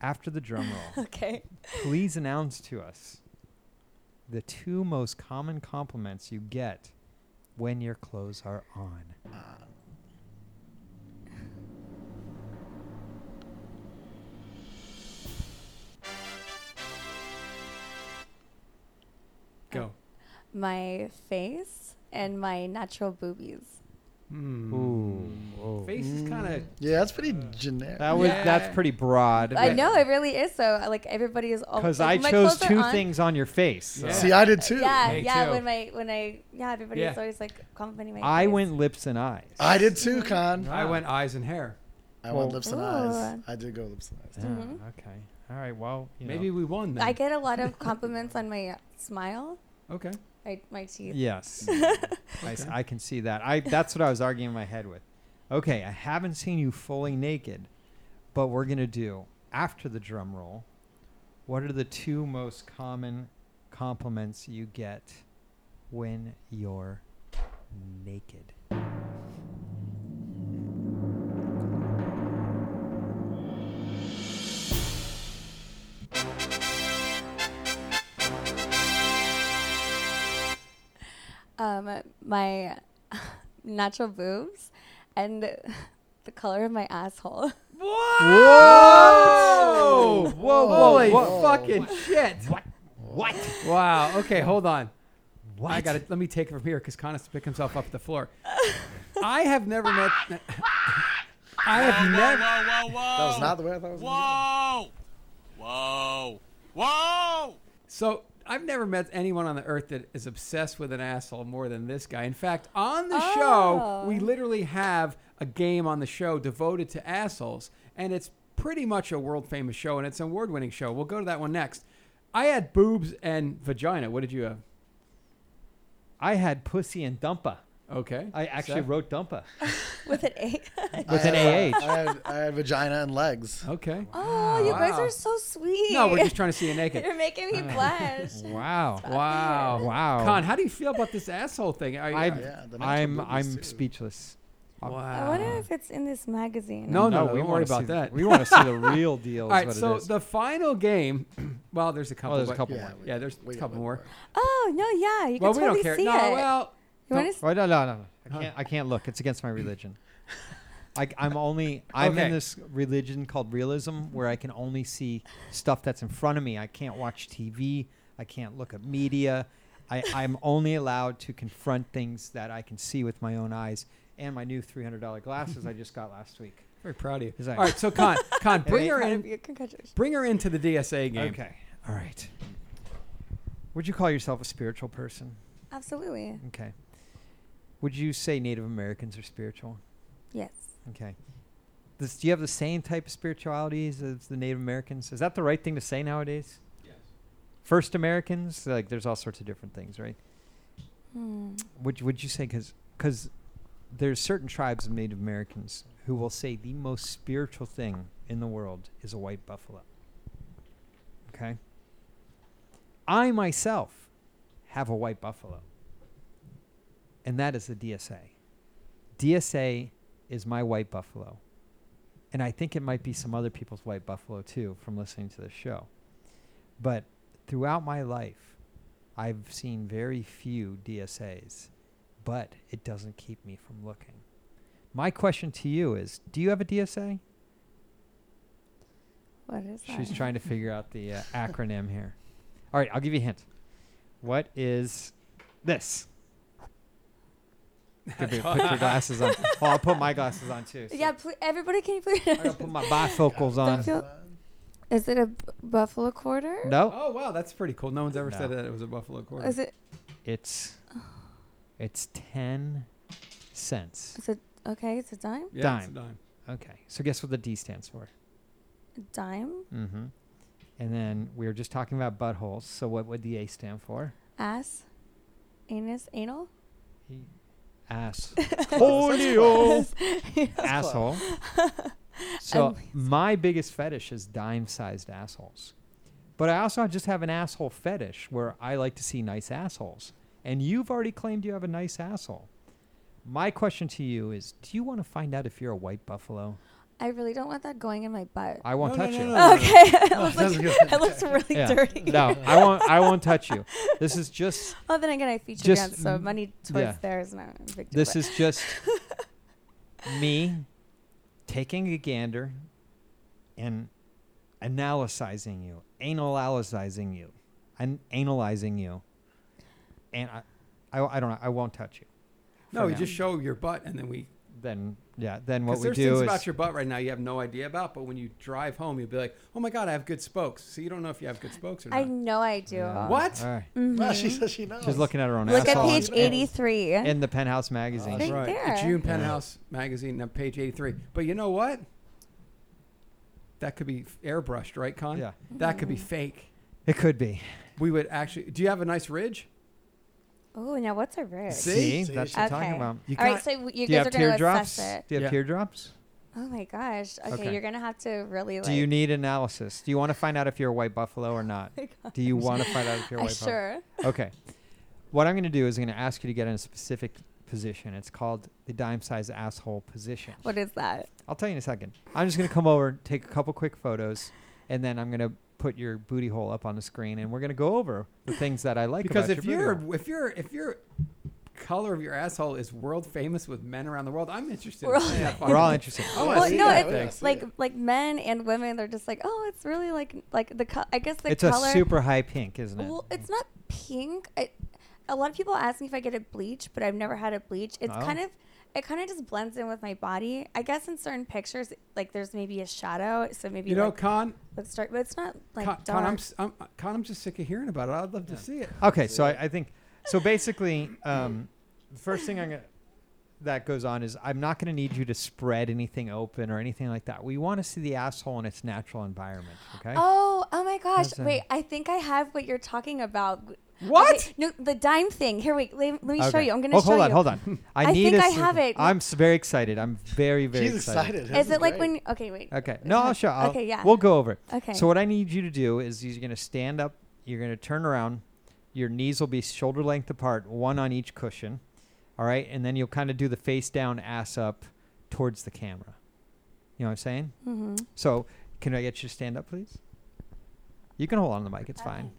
C: After the drum roll,
E: okay.
C: please announce to us the two most common compliments you get when your clothes are on.
B: Go.
E: My face and my natural boobies.
B: Hmm.
C: Ooh.
B: Face is kind of ahead.
I: Mm. Yeah, that's pretty generic.
C: That was that's
B: Yeah.
C: pretty broad.
E: I know it really is. So like everybody is all
C: Because
E: like,
C: I
E: when my
C: chose
E: clothes are
C: two
E: on-
C: things on your face. so.
B: Yeah.
I: See, I did too.
E: Yeah,
B: Me
E: yeah.
B: too.
E: When my when I yeah, everybody is
B: Yeah.
E: always like complimenting my.
C: I
E: face.
C: went lips and eyes.
I: I did too, Con.
B: I went eyes and hair.
I: I
C: Well-
I: went lips and eyes.
E: Ooh.
I: I did go lips and eyes.
C: Ah,
E: Mm-hmm.
C: Okay. All right. Well, you
B: Maybe
C: know.
B: we won then.
E: I get a lot of compliments on my smile,
B: okay.
E: my my teeth.
C: Yes. I, s- I can see that. I that's what I was arguing in my head with. Okay, I haven't seen you fully naked, but we're gonna do after the drum roll. What are the two most common compliments you get when you're naked?
E: Um, my natural boobs, and the color of my asshole.
B: Oh! Whoa!
C: Whoa, whoa,
B: Holy
C: whoa.
B: fucking shit! What?
C: What?
B: Wow. Okay, hold on.
C: What?
B: I got to let me take it from here because Connors picked himself up at the floor. I have never met. I have never.
J: Whoa, whoa,
I: That was not the way I thought it was. Gonna
J: whoa, whoa, whoa!
B: So I've never met anyone on the earth that is obsessed with an asshole more than this guy. In fact, on the show, we
E: Oh.
B: literally have a game on the show devoted to assholes, and it's pretty much a world famous show, and it's an award winning show. We'll go to that one next. I had boobs and vagina. What did you have?
C: I had pussy and dumpa.
B: Okay.
C: I actually
B: Seth?
C: wrote dumpa.
E: With an A.
I: be.
C: With
I: I
C: an
I: had-
C: AH.
I: I had, I had vagina and legs.
B: Okay.
E: oh, you guys
B: Wow.
E: are so sweet.
B: No, we're just trying to see you naked.
E: You're making me blush.
C: Wow.
B: Wow.
C: Wow.
B: Con, how do you feel about this asshole thing? Are you-
C: I'm
I: Yeah, the natural
C: I'm
I: boobies,
C: I'm
I: too.
C: speechless.
I: Oh,
E: I
B: wow.
E: wonder if it's in this magazine.
B: No, Oh, no,
C: No,
B: no
C: we
B: don't worry
C: wanna see
B: about
C: the-
B: that.
C: We want to see the real deal.
B: All
C: is
B: right,
C: what it
B: so
C: is.
B: the final game. Well, there's a couple.
C: there's a
B: but-
C: couple.
I: Yeah,
C: Wait,
I: we-
B: Yeah, there's
I: we
B: a
I: got
B: couple
I: one
B: more.
E: Oh no, yeah, you can
B: well,
E: totally
B: we don't care.
E: see
B: no,
E: it.
B: well,
E: you want to
C: Oh, no, no, no, no. I can't. I can't look. It's against my religion. I, I'm only. I'm
B: Okay.
C: in this religion called realism, where I can only see stuff that's in front of me. I can't watch TV. I can't look at media. I, I'm only allowed to confront things that I can see with my own eyes and my new $300 glasses I just got last week.
B: very proud of you.
C: Is that-
B: All right, so Con, Con, bring her in.
E: Congratulations.
B: Bring her into the DSA game.
C: Okay. All right. Would you call yourself a spiritual person?
E: Absolutely.
C: Okay. Would you say Native Americans are spiritual?
E: Yes.
C: Okay. This, do you have the same type of spiritualities as the Native Americans? Is that the right thing to say nowadays?
B: Yes.
C: First Americans, like there's all sorts of different things, right?
E: Hmm.
C: Would you- would you say because because there's certain tribes of Native Americans who will say the most spiritual thing in the world is a white buffalo. Okay. I myself have a white buffalo, and that is the DSA. DSA is my white buffalo, and I think it might be some other people's white buffalo too from listening to this show. But throughout my life, I've seen very few DSAs, but it doesn't keep me from looking. My question to you is Do you have a DSA?
E: What is that?
C: She's trying to figure out the uh, acronym here. All right, I'll give you a hint. What is this? Give me- put your glasses on. Well, I'll put my glasses on too. so
E: Yeah, pl- everybody can please.
C: I'm going to put my bifocals on.
E: feel- Is it a b- buffalo quarter?
C: No,
B: Oh wow, that's pretty cool. No one's ever said
C: No.
B: that it was a buffalo quarter.
E: Is it?
C: it's it's 10 cents.
E: Is it? Okay, it's a dime.
B: yeah, It's a
C: dime.
B: dime.
C: Okay, so guess what the D stands for?
E: A dime.
C: Mm-hmm. And then we were just talking about buttholes. So what would the A stand for?
E: Ass. Anus. Anal.
C: Ass.
I: Polio.
C: Asshole. So
E: Um,
C: my biggest fetish is dime-sized assholes. But I also just have an asshole fetish where I like to see nice assholes. And you've already claimed you have a nice asshole. My question to you is, do you want to find out if you're a white buffalo?
E: I really don't want that going in my butt.
C: I won't
B: No, no,
C: touch
B: no,
C: you.
B: no, no, no.
E: Okay, it looks, like, it looks really
C: Yeah.
E: dirty.
C: No, I won't I won't touch you. This is just
E: Well, then again, I feature
C: Just
E: dance, so
C: m-
E: money towards
C: yeah.
E: there is not a big deal.
C: This
E: but-
C: is just me taking a gander and analyzing you, analyzing you, and analyzing you. And I, I, I don't know. I won't touch you.
B: No,
C: for
B: you
C: now.
B: just show your butt and then we.
C: Then Yeah, then what
B: 'Cause
C: we
B: there's
C: do
B: things
C: is-
B: about your butt right now you have no idea about, but when you drive home, you'll be like, "Oh my god, I have good spokes." So you don't know if you have good spokes or not.
E: I know I do.
C: Yeah.
B: What?
C: All right.
E: Mhm.
I: she says she knows.
C: She's looking at her own
E: Look at
C: asshole.
E: page 83.
C: in the Penthouse magazine.
E: Right there.
B: The June Penthouse magazine, now page eighty-three. But you know what? That could be airbrushed, right, Con?
C: Yeah.
B: That could be fake.
C: It could be.
B: We would actually. Do you have a nice ridge?
E: Oh, now what's a ridge?
C: See,
B: See?
C: that's
E: okay.
C: what I'm talking about.
B: You
E: All right,
B: can't-
E: so w- you
C: Do you
E: guys
C: have
E: are going to
C: teardrops?
E: assess it.
C: Do you have
B: Yeah.
C: teardrops?
E: Oh my gosh. Okay,
C: Okay.
E: you're going to have to really like.
C: Do you need analysis? Do you want to find out if you're a white buffalo or not? do you want to find out if you're a
E: Uh,
C: white buffalo?
E: sure.
C: Okay. What I'm going to do is I'm going to ask you to get in a specific position. It's called the dime size asshole position.
E: What is that?
C: I'll tell you in a second. I'm just going to come over, take a couple quick photos, and then I'm going to put your booty hole up on the screen, and we're going to go over the things that I like
B: because
C: about
B: if
C: your booty
B: your
C: hole.
B: if your if your color of your asshole is world famous with men around the world, I'm interested.
E: We're
B: in
E: all-
B: seeing that
C: We're all
B: fucking-
C: interested.
B: I wanna
E: well,
B: see
E: no,
B: that
I: yeah,
B: thing.
E: it's like like men and women. They're just like, oh, it's really like like the co- I guess the
C: it's
E: color.
C: a super high pink, isn't it?
E: Well, it's not pink. It, a lot of people ask me if I get it bleached, but I've never had it bleached. It's
C: Oh.
E: kind of it kind of just blends in with my body. I guess in certain pictures, like there's maybe a shadow, so maybe
B: You know,
E: like,
B: Con,
E: let's start. But it's not like
B: Con,
E: dark.
B: Con, I'm, s- I'm, Con, I'm just sick of hearing about it. I'd love to see it.
C: Okay, so I, I think so. Basically, um, the first thing I'm gonna, that goes on is I'm not going to need you to spread anything open or anything like that. We want to see the asshole in its natural environment. Okay.
E: Oh, oh my gosh!
C: How's that?
E: Wait, I think I have what you're talking about.
B: What?
E: Okay, no, the dime thing. Here, wait. Let, let me show
C: Okay.
E: you. I'm gonna
C: oh,
E: show
C: hold on,
E: you.
C: hold on. I,
E: I
C: need
E: think
C: a
E: I
C: s-
E: have it.
C: I'm s- very excited. I'm very, very
I: She's excited. This
E: Is it like
I: great.
E: when? Okay, wait.
C: Okay. No, I'll show. I'll,
E: Okay, yeah.
C: We'll go over it.
E: Okay.
C: So what I need you to do is you're going to stand up. You're going to turn around. Your knees will be shoulder length apart, one on each cushion. All right, and then you'll kind of do the face down, ass up, towards the camera. You know what I'm saying?
E: hmm
C: So, can I get you to stand up, please? You can hold on to the mic. It's fine.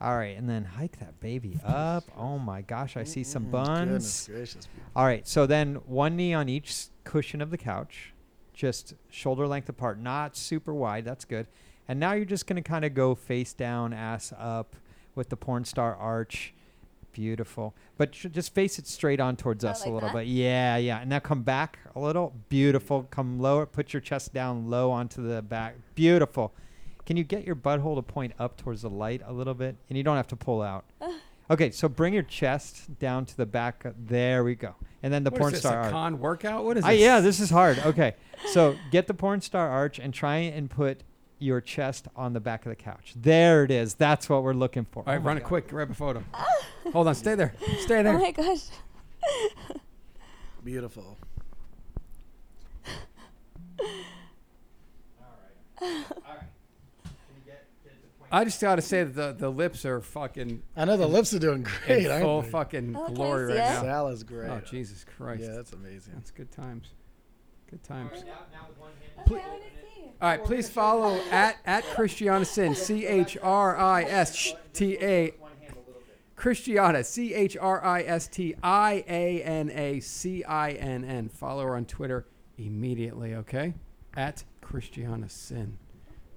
C: All right, and then hike that baby up. Oh my gosh, I see some buns.
I: Goodness gracious. people.
C: All right, so then one knee on each s- cushion of the couch, just shoulder length apart, not super wide. That's good. And now you're just going to kind of go face down, ass up with the porn star arch. Beautiful. But sh- just face it straight on towards
E: Oh,
C: us a
E: like
C: little
E: that?
C: bit. Yeah, yeah. And now come back a little. Beautiful. Come lower. Put your chest down low onto the back. Beautiful. Can you get your butthole to point up towards the light a little bit? And you don't have to pull out. Okay, so bring your chest down to the back. of- There we go. And then the
B: What is
C: porn
B: this,
C: star
B: a
C: arch.
B: Con workout? What is
C: Ah,
B: this?
C: yeah, this is hard. Okay, so get the porn star arch and try and put your chest on the back of the couch. There it is. That's what we're looking for.
B: All right,
C: Oh my
B: run it
C: God.
B: quick. Grab a photo. Hold on. Stay there. Stay
E: Oh
B: there.
E: my gosh.
I: Beautiful.
B: I just got to say that the, the lips are fucking
I: I know the lips are doing
B: in
I: great. aren't
B: full
I: they?
B: fucking
E: Oh, can I
B: glory
E: see
B: right
E: it?
B: now.
I: Sal is great.
B: Oh, Jesus Christ.
I: Yeah, that's amazing.
B: That's good times. Good times.
E: Okay, I want to see.
B: All right, please follow at at Christiana Sin C H R I S T A Christiana C H R I S T I A N A C I N N. Follow her on Twitter immediately, okay? At Christiana Sin,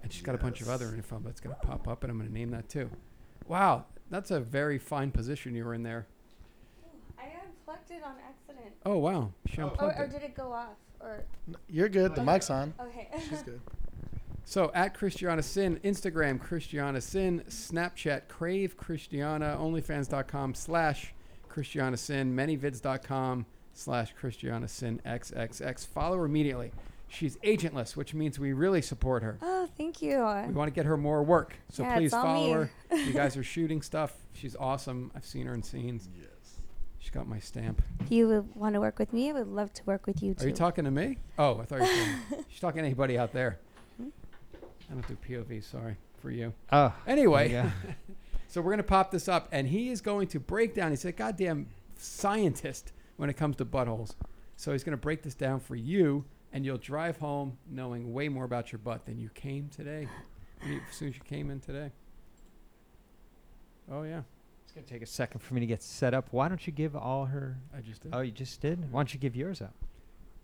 B: and she's got a bunch of other info that's going to pop up, and I'm going to name that too. Wow, that's a very fine position you were in there.
E: I unplugged it on accident.
B: Oh wow, she unplugged
E: Or, or
B: it.
E: did it go off? Or
I: You're good. The mic's on.
E: okay.
I: She's good.
B: So at Christiana Sin, Instagram Christiana Sin, Snapchat Crave Christiana, OnlyFans.com slash Christiana Sin, ManyVids.com slash Christiana Sin XXX. Follow her immediately. She's agentless, which means we really support her.
E: oh, thank you.
B: We want to get her more work. So
E: Yeah, it's
B: please
E: all
B: follow
E: me.
B: her. You guys are shooting stuff. She's awesome. I've seen her in scenes. Yes. She's got my stamp.
E: If you would want to work with me, I would love to work with you too.
B: Are you talking to me? Oh, I thought you were talking- She's talking to anybody out there.
E: Hmm?
B: I don't do POV, sorry, for you.
C: Oh,
B: Anyway,
C: Yeah.
B: so we're going to pop this up, and he is going to break down. He's a goddamn scientist when it comes to buttholes. So he's going to break this down for you, and you'll drive home knowing way more about your butt than you came today, when you- as soon as you came in today. Oh, yeah.
C: it's going to take a second for me to get set up. Why don't you give all her?
B: I just did.
C: Oh, you just did. Why don't you give yours up?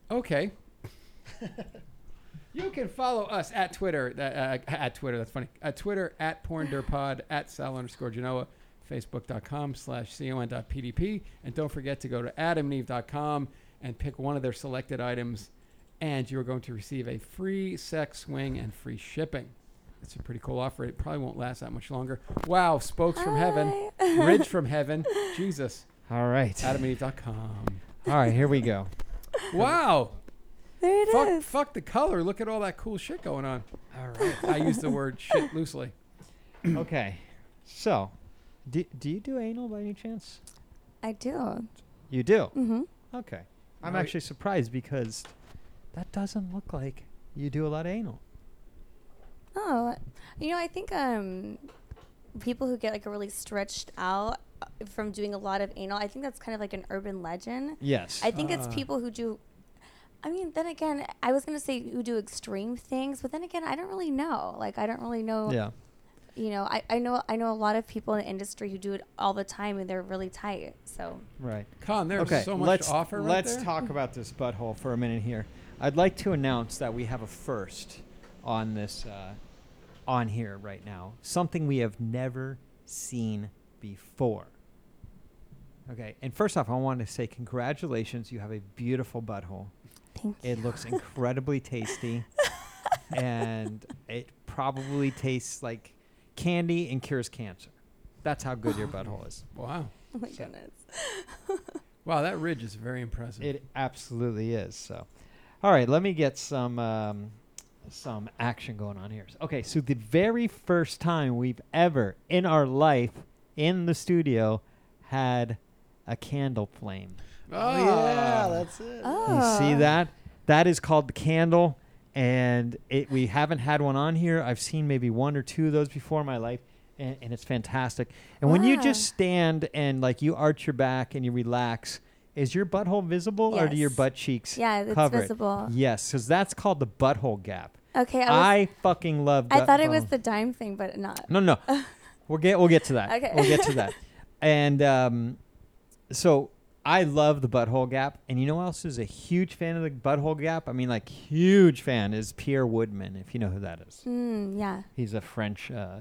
B: Okay. you can follow us at Twitter. Uh, uh, at Twitter, that's funny. At Twitter, at PornDirPod, at Sal underscore Genoa, Facebook.com slash con.pdp. And don't forget to go to adamneve.com and pick one of their selected items and you are going to receive a free sex swing and free shipping. It's a pretty cool offer. It probably won't last that much longer. Wow, spokes from heaven, ridge from heaven. Jesus.
C: All right.
B: Uh, AdamandEve.com.
C: All right, here we go.
B: Wow.
E: There it is.
B: fuck, fuck the color. Look at all that cool shit going on. All right. I use the word shit loosely.
C: okay. So, do, do you do anal by any chance?
E: I do.
C: You do.
E: Mm-hmm.
C: Okay. I'm
B: Right.
C: actually surprised because that doesn't look like you do a lot of anal.
E: Oh, you know, I think um, people who get like really stretched out uh, from doing a lot of anal, I think that's kind of like an urban legend.
C: Yes.
E: I think it's
B: Ah.
E: people who do. I mean, then again, I was gonna say who do extreme things, but then again, I don't really know. Like, I don't really know.
C: yeah.
E: You know, I, I know I know a lot of people in the industry who do it all the time, and they're really tight. So oh
C: Right.
B: Con, there's
C: okay.
B: so much
C: let's
B: to offer right
C: let's
B: there.
C: talk about this butthole for a minute here. I'd like to announce that we have a first on this uh, on here right now. Something we have never seen before. Okay. And first off, I want to say congratulations. You have a beautiful butthole.
E: thank you.
C: It looks incredibly tasty. and it probably tastes like candy and cures cancer. That's how good your butthole is.
B: Wow.
E: Oh my
C: so-
E: goodness.
B: Wow, that ridge is very impressive.
C: It absolutely is. So, all right, let me get some um, some action going on here. Okay, so the very first time we've ever in our life in the studio had a candle flame.
I: Oh,
B: Ah.
I: yeah, that's it.
E: Oh.
C: You see that? That is called the candle, and it, we haven't had one on here. I've seen maybe one or two of those before in my life, and, and it's fantastic. And when you just stand and like you arch your back and you relax, is your butthole visible or do your
E: Yes.
C: butt cheeks
E: Yeah, it's
C: cover it?
E: visible.
C: Yes, because that's called the butthole gap.
E: Okay, I, was,
C: I fucking love.
E: I,
C: gut
E: thought it was
C: bone.
E: the dime thing, but not.
C: No, no. we'll get we'll get to that.
E: Okay.
C: We'll get to that. And um, so I love the butthole gap. And you know who else is a huge fan of the butthole gap? I mean, like huge fan is Pierre Woodman, if you know who that is.
E: Mm, yeah.
C: He's a French. Uh,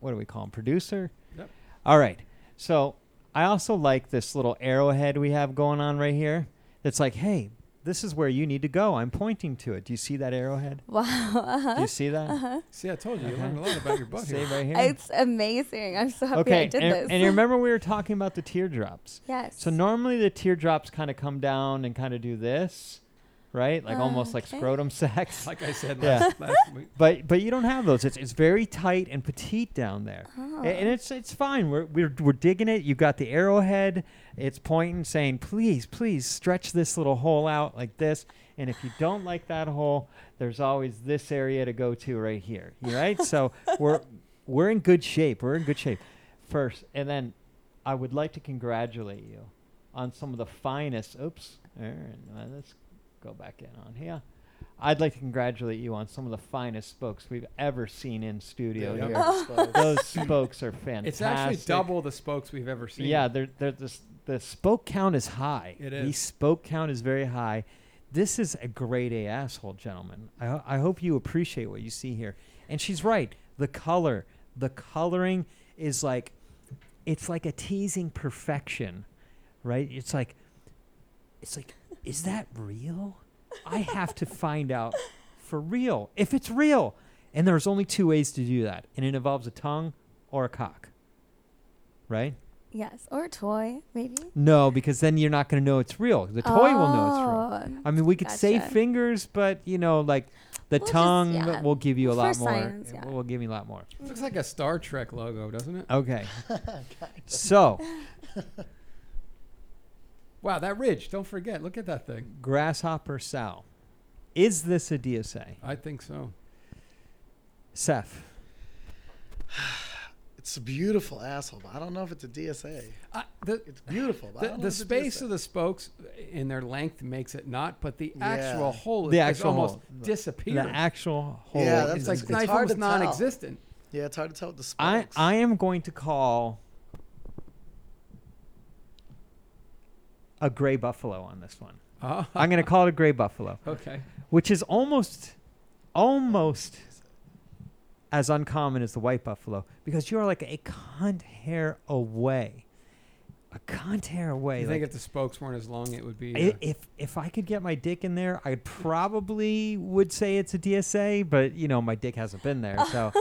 C: what do we call him? Producer.
B: Yep.
C: All right. So I also like this little arrowhead we have going on right here. That's like, hey, this is where you need to go. I'm pointing to it. Do you see that arrowhead?
E: Wow. Uh-huh.
C: Do you see that?
B: See, I told you, you
C: Okay.
B: learned a lot about your butt
C: See
B: here.
C: right here.
E: It's amazing. I'm so happy I did
C: and,
E: this.
C: and you remember we were talking about the teardrops.
E: yes.
C: So normally the teardrops kind of come down and kind of do this, right? Like almost like
E: Okay.
C: scrotum sex.
B: Like I said
C: Yeah.
B: last, last week.
C: but but you don't have those. It's it's very tight and petite down there,
E: Oh,
C: A- and it's it's fine. We're, we're we're digging it. You got the arrowhead. It's pointing, saying, "Please, please stretch this little hole out like this." And if you don't like that hole, there's always this area to go to right here. You right? so we're we're in good shape. We're in good shape. First, and then I would like to congratulate you on some of the finest. Oops, Aaron, uh, let's go back in on here. I'd like to congratulate you on some of the finest spokes we've ever seen in studio
B: Yeah,
C: here.
E: Oh.
I: Spokes.
C: Those spokes are fantastic.
B: It's actually double the spokes we've ever seen.
C: Yeah, they're, they're this, the spoke count is high.
B: It
C: The
B: is.
C: spoke count is very high. This is a grade A asshole, gentlemen. I, ho- I hope you appreciate what you see here. And she's right. The color, the coloring is like, it's like a teasing perfection, right? It's like, it's like, is that real? I have to find out for real if it's real. And there's only two ways to do that, and it involves a tongue or a cock, right?
E: yes. Or a toy, maybe.
C: No, because then you're not going to know it's real. The toy will know it's real.
E: real.
C: I mean, we could say
E: Oh, Gotcha.
C: fingers, but you know, like the
E: We'll just-
C: tongue
E: yeah.
C: will give you a lot
E: For
C: more.
E: science,
C: it
E: yeah.
C: will give me a lot more.
B: Looks like a Star Trek logo, doesn't it?
C: Okay. so,
B: Wow, that ridge. Don't forget. Look at that thing.
C: grasshopper sow. Is this a DSA?
B: I think so.
C: Seth.
I: It's a beautiful asshole, but I don't know if it's a DSA.
B: I, the,
I: It's beautiful, but I
B: the,
I: don't know
B: the
I: if it's a
B: space
I: DSA.
B: of the spokes in their length makes it not, but the
I: Yeah.
B: actual hole
C: The
B: is
C: actual
B: almost
C: hole.
B: disappeared.
C: The actual hole. is
I: Yeah, that's-
B: it's like
I: it's
B: it's,
I: hard to
B: almost
I: tell.
B: non-existent.
I: yeah, it's hard to tell with the
C: I,
I: spikes.
C: I am going to call a gray buffalo on this one.
B: Oh,
C: I'm going to call it a gray buffalo,
B: okay.
C: which is almost, almost as uncommon as the white buffalo because you are like a cunt hair away. a contair away.
B: you
C: like,
B: think if the spokes weren't as long, it would be?
C: I
B: uh,
C: if if I could get my dick in there, I probably would say it's a DSA, but you know my dick hasn't been there, so.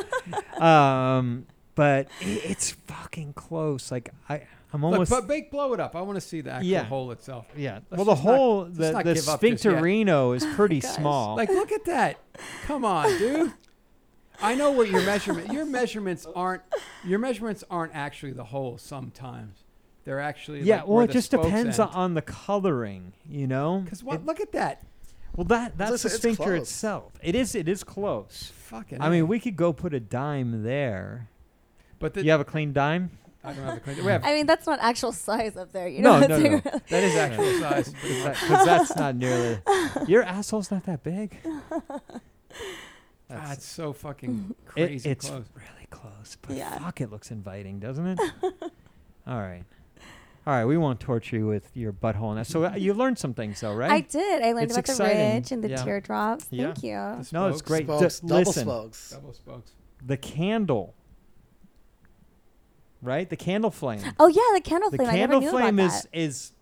C: um, but i it's fucking close. Like I, I'm
B: Look,
C: almost.
B: but bake, blow it up. I want to see the actual
C: Yeah.
B: hole itself.
C: yeah.
B: Let's
C: well, the
B: just not-
C: whole
B: let's
C: the,
B: not
C: the
B: give up just yet.
C: sphincterino is pretty small.
B: Like, look at that. Come on, dude. I know what your measurement. Your measurements aren't. Your measurements aren't actually the hole. Sometimes they're actually.
C: yeah.
B: like,
C: well,
B: where
C: it
B: the
C: just
B: spokes
C: depends
B: end.
C: on the coloring, you know.
B: Because what? look at that.
C: Well, that that's
I: Listen,
C: the
I: it's
C: sphincter
I: close.
C: itself. It is. It is close.
B: Fucking.
C: I mean,
B: A.
C: we could go put a dime there.
B: But the,
C: you have a clean dime?
B: I don't have the clean. We have.
E: I mean, that's not actual size up there. You
C: no,
E: know,
C: no,
E: It's
C: no.
E: like-
B: that is actual size. pretty much.
C: Because that's not nearly. Your asshole's not that big.
B: Ah,
C: That's-
B: it's so fucking
C: it-
B: crazy
C: it's
B: close.
C: really close, but
E: Yeah.
C: fuck, it looks inviting, doesn't it? All right, all right. We won't torture you with your butthole. And that. So uh, you learned some things, though, right?
E: I did. I learned
C: It's
E: about
C: exciting.
E: the ridge and the
C: Yeah.
E: teardrops.
C: Yeah.
E: Thank you.
B: The
C: no, it's
B: spokes.
C: great. D-
I: Spokes, double
C: listen,
I: spokes.
B: Double spokes.
C: the candle, right? The candle flame.
E: Oh yeah, the candle
C: the
E: flame.
C: candle
E: I never knew
C: flame
E: about
C: is
E: that.
C: is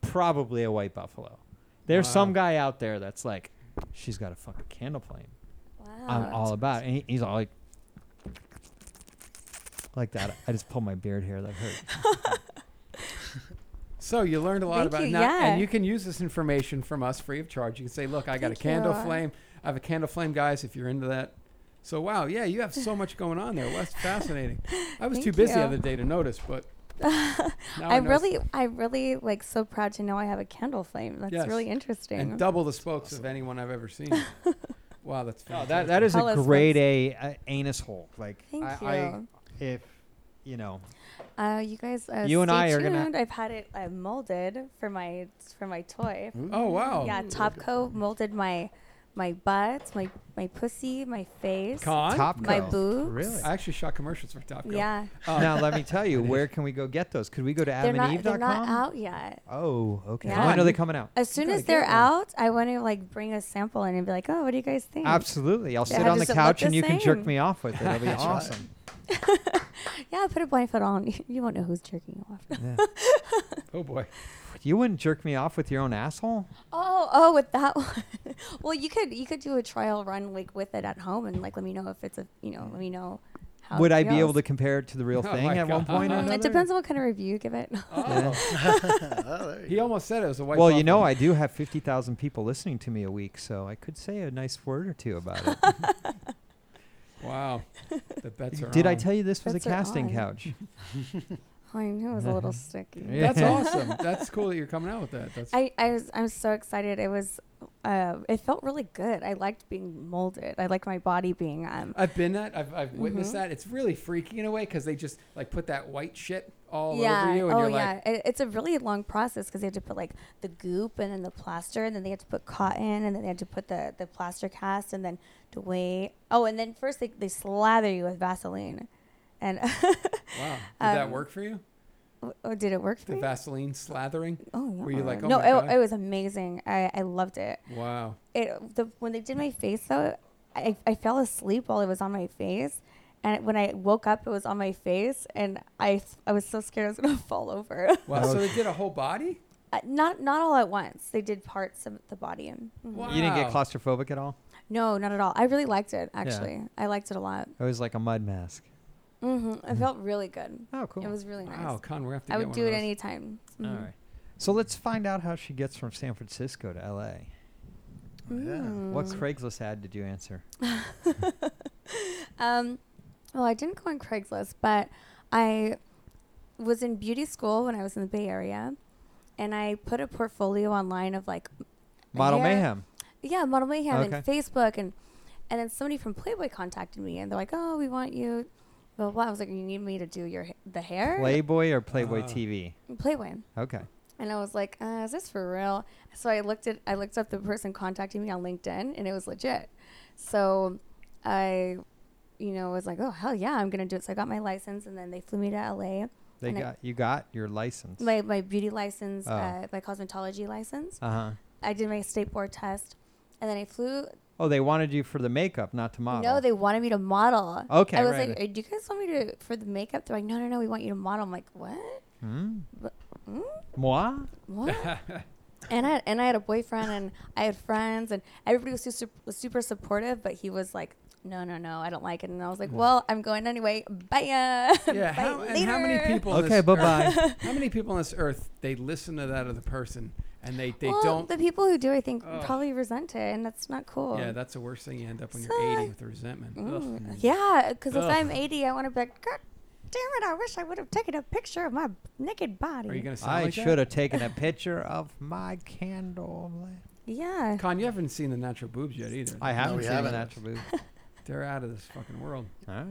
C: probably a white buffalo. There's
B: Wow.
C: some guy out there that's like, she's got a fucking candle flame.
E: Wow.
C: I'm all about. it. And he- he's all like, like that. I just pulled my beard hair. That hurt.
B: So you learned a lot
E: Thank
B: about
E: you,
B: it now,
E: yeah.
B: and you can use this information from us free of charge. You can say, "Look, I got a
E: Thank
B: candle
E: you.
B: flame. I have a candle flame, guys. If you're into that." So wow, yeah, you have so much going on there. Well, that's fascinating. I was too
E: Thank
B: busy the
E: you.
B: other day to notice, but now I
E: I'm
B: notice.
E: really, I really like so proud to know I have a candle flame. That's
B: Yes.
E: really interesting.
B: and double the spokes of anyone I've ever seen. wow, that's fantastic.
C: No, Oh, that that is a
E: Color
C: grade A uh, anus hole. Like
E: Thank
C: I,
E: you.
C: I, if you know,
E: uh, you guys, uh,
C: You and
E: stay
C: I are
E: tuned.
C: gonna-
E: I've had it uh, molded for my for my toy.
B: oh wow,
E: Yeah, Top Coat molded my my butt, my my pussy, my face,
B: con.
C: top
E: my
C: coat.
E: boobs.
C: Really? Uh,
B: I actually shot commercials for Top Gun.
E: Yeah,
C: now let me tell you, where can we go get those? Could we go to
E: they're not they're
C: adamandeve.com?
E: not out yet.
C: Oh, okay.
E: Yeah.
C: I know they're coming out.
E: As soon
B: gotta
E: as they're
B: get one.
E: out, I want to like bring a sample in and be like, oh, what do you guys think?
C: Absolutely. I'll
E: Yeah,
C: sit on the
E: does it look
C: couch and
E: the
C: you can jerk
E: same?
C: me off with it. It'll be
I: That's right.
C: awesome.
E: Yeah, put a blindfold on. You won't know who's jerking you off.
C: Yeah.
B: Oh boy.
C: You wouldn't jerk me off with your own asshole?
E: Oh, oh, with that one. well, you could you could do a trial run like with it at home and like let me know if it's a you know let me know how.
C: Would
E: it
C: I be able
E: feels.
C: to compare it to the real
B: Oh
C: thing
B: my
C: at one
B: God.
C: point or
E: Um,
C: another?
E: it depends on what kind of review you give it.
B: Oh.
I: Oh, there you
B: he
I: go.
B: almost said it was a white.
C: Well, you know,
B: buffalo.
C: I do have 50,000 people listening to me a week, so I could say a nice word or two about it.
B: Wow, the bets are.
C: Did I
B: on.
C: tell you this was
E: Bets
C: a
E: are
C: casting
E: on.
C: couch?
E: oh, I knew it was a little sticky.
C: Yeah.
B: That's awesome. That's cool that you're coming out with that. That's
E: I, I was I'm so excited. It was, uh, it felt really good. I liked being molded. I liked my body being um.
B: I've been that. I've, I've witnessed
E: Mm-hmm.
B: that. It's really freaky in a way because they just like put that white shit all over you, and
E: oh
B: you're
E: yeah.
B: like,
E: it, it's a really long process because they had to put like the goop and then the plaster, and then they had to put cotton, and then they had to put the, the plaster cast, and then to wait. Oh, and then first they, they slather you with Vaseline, and
B: "Wow, did that
E: Um,
B: work for you?
E: oh, did it work for
B: The
E: me?
B: Vaseline slathering?
E: oh yeah.
B: were you like, oh
E: no,
B: my
E: it,
B: God?
E: it was amazing. I, I loved it.
B: Wow,
E: It the when they did my face though, I, I fell asleep while it was on my face. And when I woke up, it was on my face, and I, I was so scared I was gonna fall over.
B: wow." so they did a whole body.
E: Uh, not not all at once. They did parts of the body. and- Mhm.
B: Wow.
C: You didn't get claustrophobic at all?
E: No, not at all. I really liked it. Actually, I liked it a lot.
C: It was like a mud mask.
E: hmm It felt really good.
C: Oh, cool.
E: It was really nice.
B: Wow, Con, we have to get
E: I would
B: one
E: do
B: of
E: it
B: those.
E: anytime.
C: All
E: Mhm.
C: right. So let's find out how she gets from San Francisco to LA.
I: Yeah.
E: Mm-hmm.
C: What
E: Mm.
C: Craigslist ad did you answer?
E: Um, well, I didn't go on Craigslist, but I was in beauty school when I was in the Bay Area, and I put a portfolio online of like
C: Model
E: hair-
C: Mayhem.
E: Yeah, Model Mayhem and
C: Okay.
E: Facebook and and then somebody from Playboy contacted me and they're like, "Oh, we want you." Blah, blah. I was like, "You need me to do your ha- the hair?"
C: Playboy or Playboy
B: Ah.
C: TV?
E: Playboy.
C: Okay.
E: And I was like, uh, "Is this for real?" So I looked at I looked up the person contacting me on LinkedIn, and it was legit. So I, you know, was like, "Oh hell yeah, I'm gonna do it." So I got my license, and then they flew me to LA.
C: They
E: And I-
C: got you got your license.
E: My my beauty license,
C: Oh.
E: uh, my cosmetology license.
C: uh huh.
E: I did my state board test, and then I flew.
C: Oh, they wanted you for the makeup, not to model.
E: No, they wanted me to model.
C: Okay,
E: I was
C: right.
E: like, "Uh, "Do you guys want me to for the makeup?" They're like, "No, no, no, we want you to model." I'm like, "What?"
C: Hmm?
E: But, mm,
C: Moi?
E: What? and I and I had a boyfriend and I had friends and everybody was super, was super supportive, but he was like, no, no, no, I don't like it. And I was like,
C: Hmm.
E: well, I'm going anyway. Bye. Yeah.
B: Yeah. How,
E: Bye
B: and how many
E: later."
B: people? on
C: Okay,
B: this earth-
C: bye-bye.
B: how many people on this earth they listen to that other person and they they
E: well,
B: don't?
E: Oh, The people who do, I think,
B: Ugh.
E: probably resent it, and that's not cool.
B: yeah, that's the worst thing. You end up when
E: So,
B: you're 80 with resentment. Ugh.
E: Mm, yeah, because if
B: Ugh.
E: I'm 80, I want to be like, God damn it, I wish I would have taken a picture of my naked body.
B: Are you gonna sound
C: I
B: like
C: should have taken a picture of my candle.
E: yeah.
B: that? Con, you haven't seen the natural boobs yet either.
C: I haven't
I: we
C: seen
I: haven't.
C: an actual boob.
B: They're out of this fucking world.
C: All right.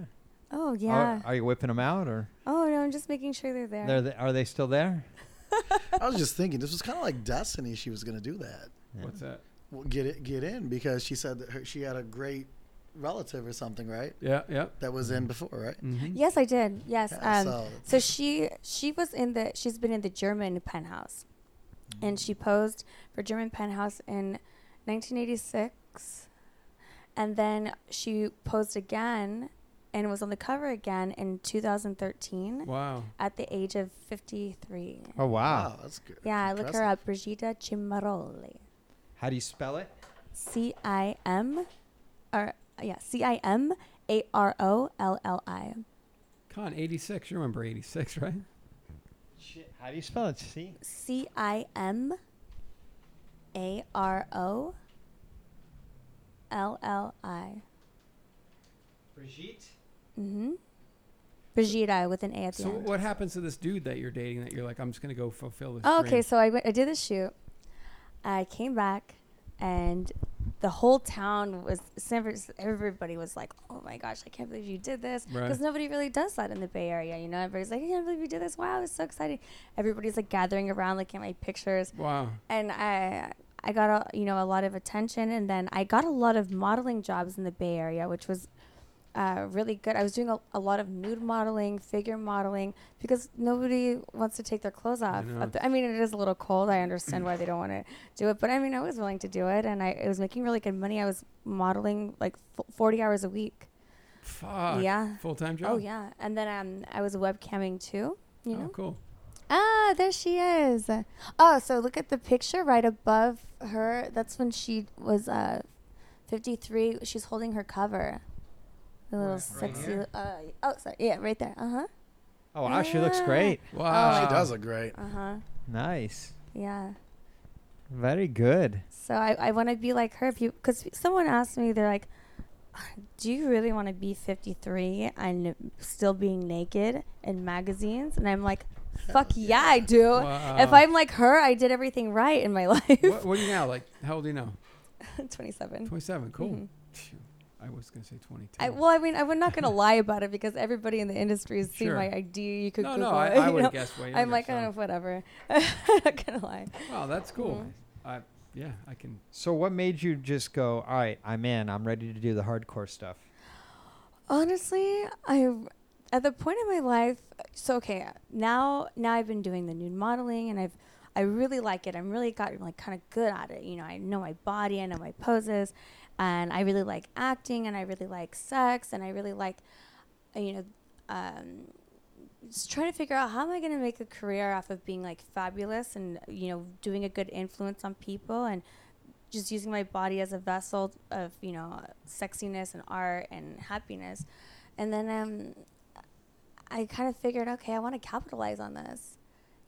E: Oh, yeah.
C: Are, are you whipping them out, or
E: oh, no, I'm just making sure they're there.
C: they're th- are they still there?
I: I was just thinking this was kind of like Destiny. She was going to do that.
B: What's that?
I: Well, get it, get in because she said that her, she had a great relative or something, right?
B: Yeah, yeah.
I: That was in before, right?
B: Mm-hmm.
E: yes, I did. Yes.
I: Yeah,
E: um,
I: so-
E: so she she was in the she's been in the German penthouse, and she posed for German penthouse in 1986, and then she posed again and was on the cover again in 2013
B: Wow.
E: at the age of 53.
C: Oh wow!
B: Ah.
I: that's good.
E: Yeah, look her up, Brigida Cimaroli.
C: How do you spell it?
E: C I M, or yeah, C I M A R O L L I.
B: Con, 86. You remember 86, right?
K: Shit, how do you spell it? C?
E: C I M A R O L L I.
K: Brigitte?
E: Mm-hmm. Brigida with an A at the
B: So
E: end.
B: what happens to this dude that you're dating that you're like, I'm just gonna go fulfill this?
E: Oh, okay,
B: dream?
E: so I went, I did the shoot. I came back, and the whole town was San Francisco. Everybody was like, "Oh my gosh, I can't believe you did this,"
B: Right.
E: because nobody really does that in the Bay Area. You know, everybody's like, "I can't believe you did this! Wow, it's so exciting!" Everybody's like gathering around, looking at my pictures,
B: Wow.
E: and I. I got a, you know a lot of attention, and then I got a lot of modeling jobs in the Bay Area, which was uh, really good. I was doing a, a lot of nude modeling, figure modeling, because nobody wants to take their clothes off.
B: know.
E: up there. I mean, it is a little cold. I understand why they don't want to do it, but I mean, I was willing to do it, and I it was making really good money. I was modeling like f- forty hours a week.
B: Fuck.
E: Yeah.
B: Full time job.
E: Oh yeah, and then um, I was webcamming too.
B: Oh,
E: You know.
B: cool.
E: Ah, there she is. Oh, so look at the picture right above her. That's when she was uh, 53. She's holding her cover. The little sexy. uh, oh, sorry. Yeah, right there. Uh huh.
C: Oh wow, she looks
E: Yeah.
C: great.
B: Wow.
I: Oh, She does look great.
E: Uh huh.
C: Nice,
E: Yeah.
C: very good.
E: So I, I want to be like her. If you, because someone asked me, they're like, "Do you really want to be 53 and still being naked in magazines?" And I'm like, "Fuck yeah, I do. If
B: Wow.
E: I'm like her, I did everything right in my life."
B: what, what are you now? Like, how old are you now?
E: 27.
B: 27. Cool. Phew. I was gonna say 22.
E: Mm-hmm. I, well, I mean, I'm not going to lie about it because everybody in the industry has seen
B: Sure.
E: my ID. You could
B: no,
E: Google
B: no, I,
E: it.
B: I
E: you
B: would
E: know?
B: have guessed way.
E: I'm
B: younger,
E: like,
B: so.
E: oh, whatever. I'm not going to lie.
B: Wow, that's cool.
E: Mm-hmm.
B: I, yeah, I can.
C: So what made you just go? All right, I'm in. I'm ready to do the hardcore stuff.
E: Honestly, I at the point in my life. So okay, now now I've been doing the nude modeling, and I've I really like it. I'm really got like kind of good at it. You know, I know my body, I know my poses, and I really like acting, and I really like sex, and I really like, uh, you know, um, just trying to figure out how am I going to make a career off of being like fabulous and you know doing a good influence on people and just using my body as a vessel of you know sexiness and art and happiness and then um, i kind of figured okay i want to capitalize on this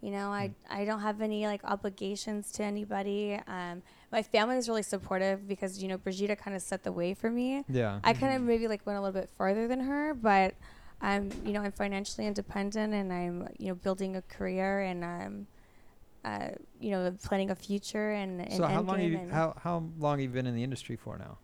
E: you know i,
C: Mm.
E: I don't have any like obligations to anybody um, my family is really supportive because you know brigida kind of set the way for me
C: Yeah.
E: I kind of maybe like went a little bit farther than her, but I'm you know I'm financially independent and I'm you know building a career and I'm uh, you know planning a future and an
C: so how
E: end
C: long
E: game.
C: you
E: and
C: how how long have you been in the industry for now?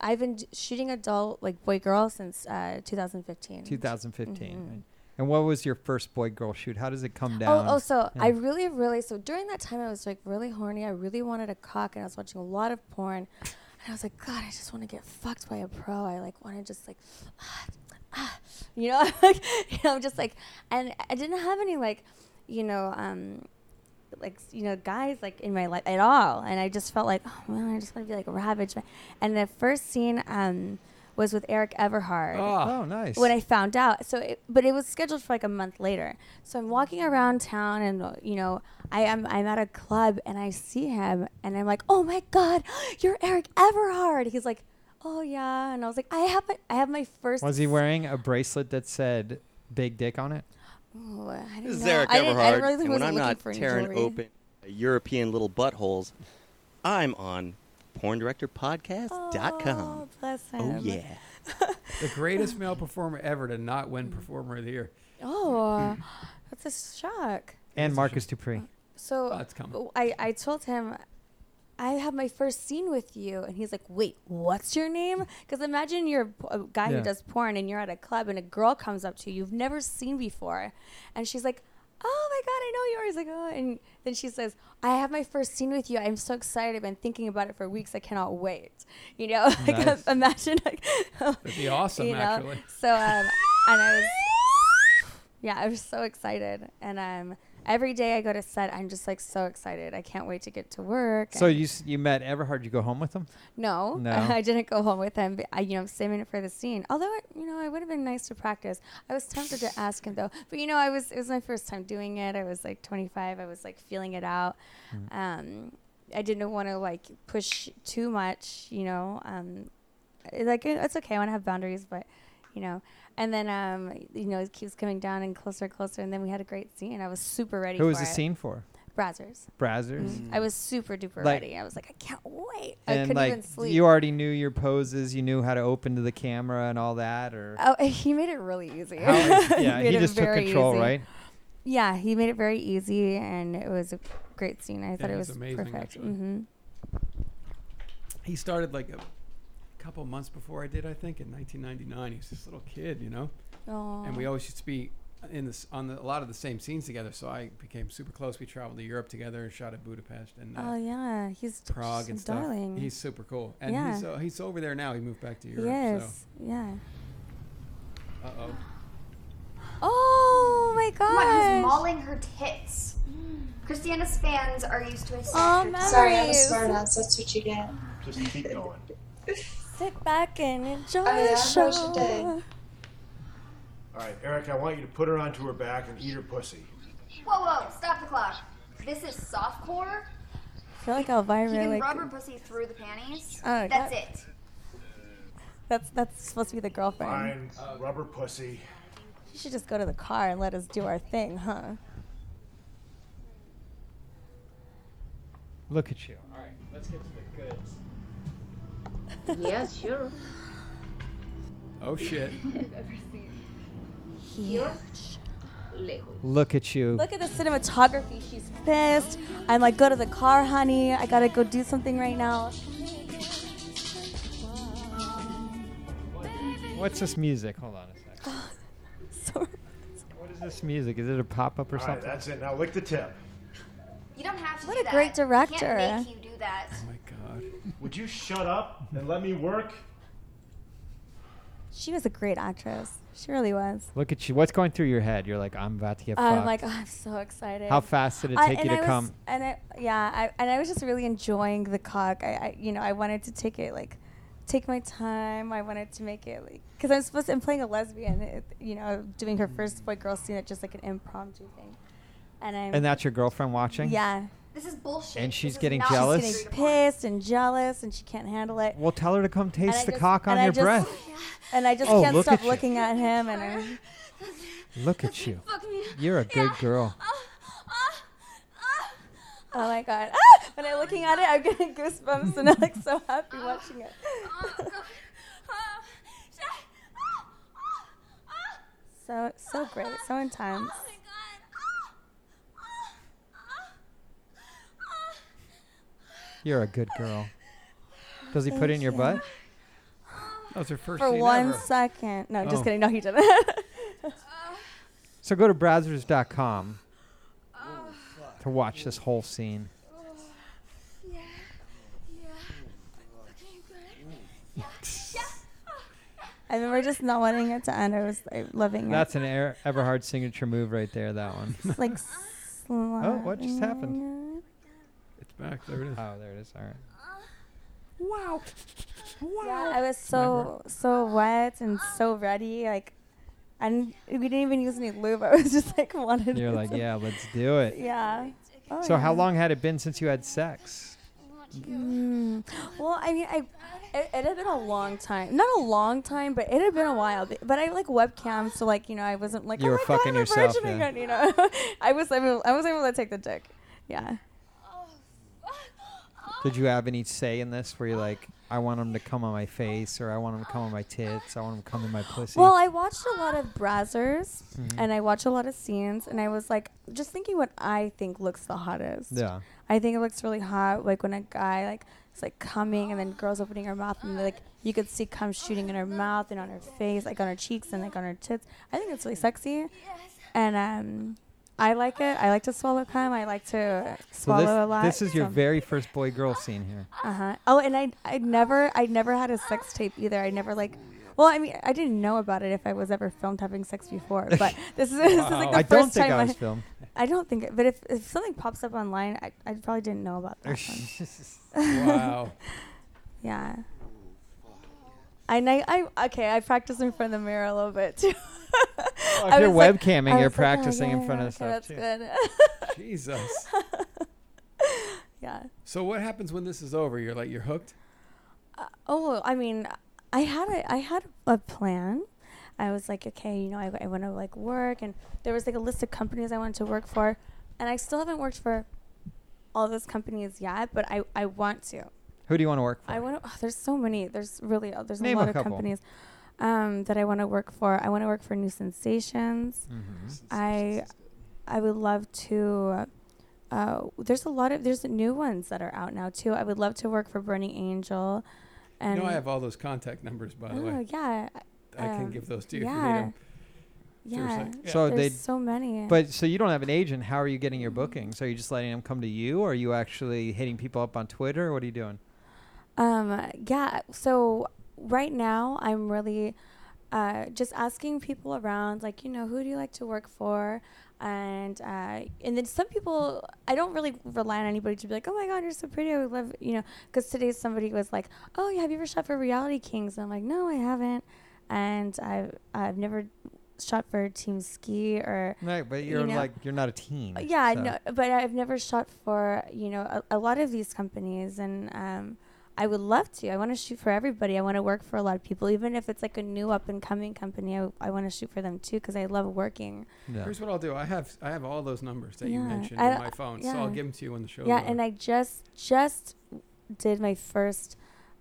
E: I've been d- shooting adult like boy girl since uh, 2015.
C: 2015.
E: Mhm.
C: right? And what was your first boy girl shoot? How does it come
E: Oh,
C: down?
E: oh, so I
C: Yeah.
E: really, really, so during that time, I was like really horny. I really wanted a cock, and I was watching a lot of porn. And I was like, God, I just want to get fucked by a pro. I like want to just like, ah, ah, you know, like, you know, I'm just like, and I didn't have any like, you know, um, like you know, guys like in my life at all. And I just felt like, oh man, I just want to be like ravaged. by-" And the first scene um, was with Eric Everhard.
C: Oh. Oh, nice.
E: When I found out, so it, but it was scheduled for like a month later. So I'm walking around town, and uh, you know, I am I'm at a club, and I see him, and I'm like, oh my god, you're Eric Everhard. He's like, oh yeah, and I was like, I have I have my first.
C: Was he wearing a bracelet that said "Big Dick" on it?
E: Oh, I didn't
L: This is
E: know.
L: Eric
E: I didn't- I
L: Everhard,
E: really
L: and when
E: wasn't
L: I'm
E: looking
L: not
E: for any
L: tearing
E: jewelry.
L: open European little buttholes, I'm on PornDirectorPodcast.com.
E: Oh, bless
L: Oh,
E: him.
L: yeah.
B: the greatest male performer ever to not win Performer of the Year.
E: Oh, that's a shock.
C: And Marcus Dupree.
E: So
C: Uh,
B: Oh, it's coming.
E: w- I, I told him, I have my first scene with you. And he's like, wait, what's your name? Because imagine you're a p- a guy
M: Yeah.
E: who does porn and you're at a club and a girl comes up to you you've never seen before. And she's like, oh my God, I know yours. Like, oh. And then she says, I have my first scene with you. I'm so excited. I've been thinking about it for weeks. I cannot wait. You know, like
B: Nice.
E: imagine. Like,
B: That'd be awesome,
E: you know?
B: actually.
E: So, um, and I was, yeah, I was so excited. And um, every day I go to set, I'm just like so excited. I can't wait to get to work.
C: So
E: and-
C: you s- you met Everhard. You go home with him?
E: no,
C: No.
E: I didn't go home with him. But I, you know, I'm saving it for the scene. Although, it, you know, it would have been nice to practice. I was tempted to ask him though, but you know, I was it was my first time doing it. I was like 25. I was like feeling it out.
M: Mm.
E: Um, I didn't want to like push too much. You know, um, it- like it, it's okay. I want to have boundaries, but you know. And then, um, you know, it keeps coming down and closer and closer. And then we had a great scene. I was super ready.
C: Who was
E: for
C: the
E: it.
C: scene for?
E: Brazzers.
C: Brazzers.
E: I was super duper
C: Like-
E: ready. I was like, I can't wait. I
C: And
E: couldn't
C: like
E: even sleep.
C: you already knew your poses, you knew how to open to the camera and all that, or
E: Oh, he made it really easy.
C: How is- yeah, he
E: made it
C: just took
E: very
C: control, right?
E: Yeah, he made it very easy, and it was a great scene. I thought
B: That
E: it
B: is
E: was
B: amazing,
E: perfect.
B: actually.
E: hmm
B: He started like a couple months before I did, I think, in 1999. He was this little kid, you know. And we
E: Aw.
B: always used to be in this on the, a lot of the same scenes together. So I became super close. We traveled to Europe together, shot at Budapest and uh,
E: Oh yeah, he's d-
B: Prague
E: just
B: and
E: a
B: stuff.
E: darling.
B: He's super cool, and
E: yeah.
B: he's uh, he's over there now. He moved back to Europe.
E: Yes. Yeah.
B: So, uh oh.
E: Oh my
N: What, he's
E: gosh.
N: mauling her tits. Christiana's fans are used to a
E: Oh,
N: sexual-
E: Sorry, I was memories. smartass,
N: That's what you get.
K: Just keep going.
E: Sit back and enjoy
N: Oh, yeah,
E: the
N: how's your
E: show.
N: day?
O: All right, Eric, I want you to put her onto her back and eat her pussy.
N: Whoa, whoa, stop the clock. This is softcore.
E: I feel like
N: You
E: Elvira.
N: can
E: Like,
N: rub her pussy through the panties.
E: Oh,
N: That's
E: God.
N: it.
E: that's that's supposed to be the girlfriend.
O: Fine, rubber pussy.
E: She should just go to the car and let us do our thing, huh?
C: Look at you.
K: All right, let's get to the goods.
P: yeah, sure.
B: Oh shit.
E: Huge.
C: Look at you.
E: Look at the cinematography. She's pissed. I'm like, go to the car, honey. I gotta go do something right now.
C: What's this music? Hold on a second. What is this music? Is it a pop up or
O: All right,
C: something?
O: that's it. Now lick the tip.
N: You don't have to
E: What
N: do
E: a
N: that.
E: great
N: I
E: director.
N: Can't make you do that.
B: God.
O: Would you shut up and let me work?
E: She was a great actress. She really was.
C: Look at you. What's going through your head? You're like, I'm about to get
E: I'm
C: fucked.
E: like, oh, I'm so excited.
C: How fast did it
E: I-
C: take you
E: and
C: to
E: I was-
C: come?
E: And I, yeah, I, and I was just really enjoying the cock. I, I, you know, I wanted to take it like, take my time. I wanted to make it like, because I'm supposed to. I'm playing a lesbian. It, you know, doing her first boy girl scene at just like an impromptu thing, and I'm.
C: and that's your girlfriend watching?
E: Yeah.
N: This is bullshit.
C: And she's
E: This is
C: getting
E: not-
C: jealous?
E: She's getting pissed and jealous, and she can't handle it.
C: Well, tell her to come
E: And
C: taste
E: I
C: the
E: just-
C: cock on
E: and I
C: your
E: just-
C: breath.
E: And I just
C: Oh,
E: can't
C: look
E: stop
C: at you.
E: looking at him, and I'm.
C: Look at you. You're a good girl.
N: Ah,
E: Oh my god! Ah! When I'm looking at it, I'm getting goosebumps, and I'm like so happy watching it. so so great, so intense.
C: You're a good girl. Does he put it in
E: Thank
C: your
E: you.
C: butt?
B: That was her first
E: For
B: scene
E: one
B: ever.
E: second, no,
C: Oh.
E: just kidding. No, he didn't.
C: So go to browsers.com to watch this whole scene.
E: I remember just not wanting it to end. I was like, loving it.
C: That's an er- Everhard signature move right there, that one.
E: It's like.
C: Oh, what just
E: happened?
B: It's back. There it is.
C: Oh, there it is. All right.
E: Wow. Yeah, I was so so wet and so ready. Like, and we didn't even use any lube. I was just like wanted.
C: You're
E: to-
C: like, yeah, let's do it.
E: Yeah. Oh,
C: So how
E: yeah.
C: long had it been since you had sex?
E: Mm. Well, I mean, I it, it had been a long time. Not a long time, but it had been a while. But- But I like webcam, so like you know, I wasn't like
C: You
E: oh
C: were
E: my
C: fucking
E: God, I'm a
C: yourself,
E: virgin
C: yeah.
E: again. You know, I was able, I was able to take the dick. Yeah.
C: Did you have any say in this? Where you like, I want him to come on my face, or I want him to come on my tits, I want him to come in my pussy.
E: Well, I watched a lot of Brazzers
C: Mhm.
E: and I watched a lot of scenes, and I was like, just thinking what I think looks the hottest.
C: Yeah.
E: I think it looks really hot, like when a guy like is like coming, and then girls opening her mouth, and like you could see cum shooting in her mouth and on her face, like on her cheeks and like on her tits. I think it's really sexy, and um, I like it. I like to swallow cum. I like to
C: so
E: swallow
C: this,
E: a lot.
C: this is your very first boy girl scene here.
E: Uh huh. Oh, and I I never I never had a sex tape either. I never like. Well, I mean, I didn't know about it if I was ever filmed having sex before, but this is, this is like
C: Wow.
E: the
C: I
E: first
C: don't think
E: time
C: I was filmed.
E: I don't think, it, but if, if something pops up online, I, I probably didn't know about that one.
B: Wow.
E: yeah. And I, I okay, I practiced in front of the mirror a little bit too.
C: Well,
E: I
C: Oh, if you're
E: was like-
C: webcamming,
E: I
C: you're
E: was like, oh,
C: practicing
E: yeah,
C: in front
E: yeah,
C: of
E: okay,
C: stuff
E: That's good.
B: Jesus.
E: yeah.
B: So what happens when this is over? You're like you're hooked.
E: Oh, I mean, I had a I had a plan. I was like, okay, you know, I, I want to like work, and there was like a list of companies I wanted to work for, and I still haven't worked for all those companies yet, but I I want to.
C: Who do you want to work for?
E: I want to. Oh, there's so many. There's really oh, there's
C: Name a
E: a lot of
C: couple.
E: companies um, that I want to work for. I want to work for New Sensations.
C: Mhm.
E: I I would love to. Uh, there's a lot of there's new ones that are out now too. I would love to work for Burning Angel.
B: You
E: And
B: know I have all those contact numbers by the
E: oh
B: way.
E: yeah,
B: I can
E: um,
B: give those to you if you need
E: yeah.
B: 'em.
E: Yeah,
B: Seriously.
C: So
E: there's
C: they
E: so many.
C: But so you don't have an agent. How are you getting your bookings? Are you just letting them come to you? Or are you actually hitting people up on Twitter? What are you doing?
E: Um, yeah. So right now, I'm really uh, just asking people around, like, you know, who do you like to work for? And uh, and then some people, I don't really rely on anybody to be like, oh my god, you're so pretty. I would love, you know, because today somebody was like, oh, yeah, have you ever shot for Reality Kings? And I'm like, no, I haven't, and I've I've never shot for Team Ski or
C: Right, but you're
E: know-
C: like you're not a team.
E: uh, Yeah, I
C: so-
E: know, but I've never shot for you know a, a lot of these companies, and um, I would love to. I want to shoot for everybody. I want to work for a lot of people, even if it's like a new up and coming company. I, I want to shoot for them too because I love working.
B: Here's what I'll do. I have I have all those numbers that you
E: Yeah,
B: mentioned
E: I-
B: on my phone, so I'll
E: yeah.
B: give them to you when the show.
E: Yeah, and I just just did my first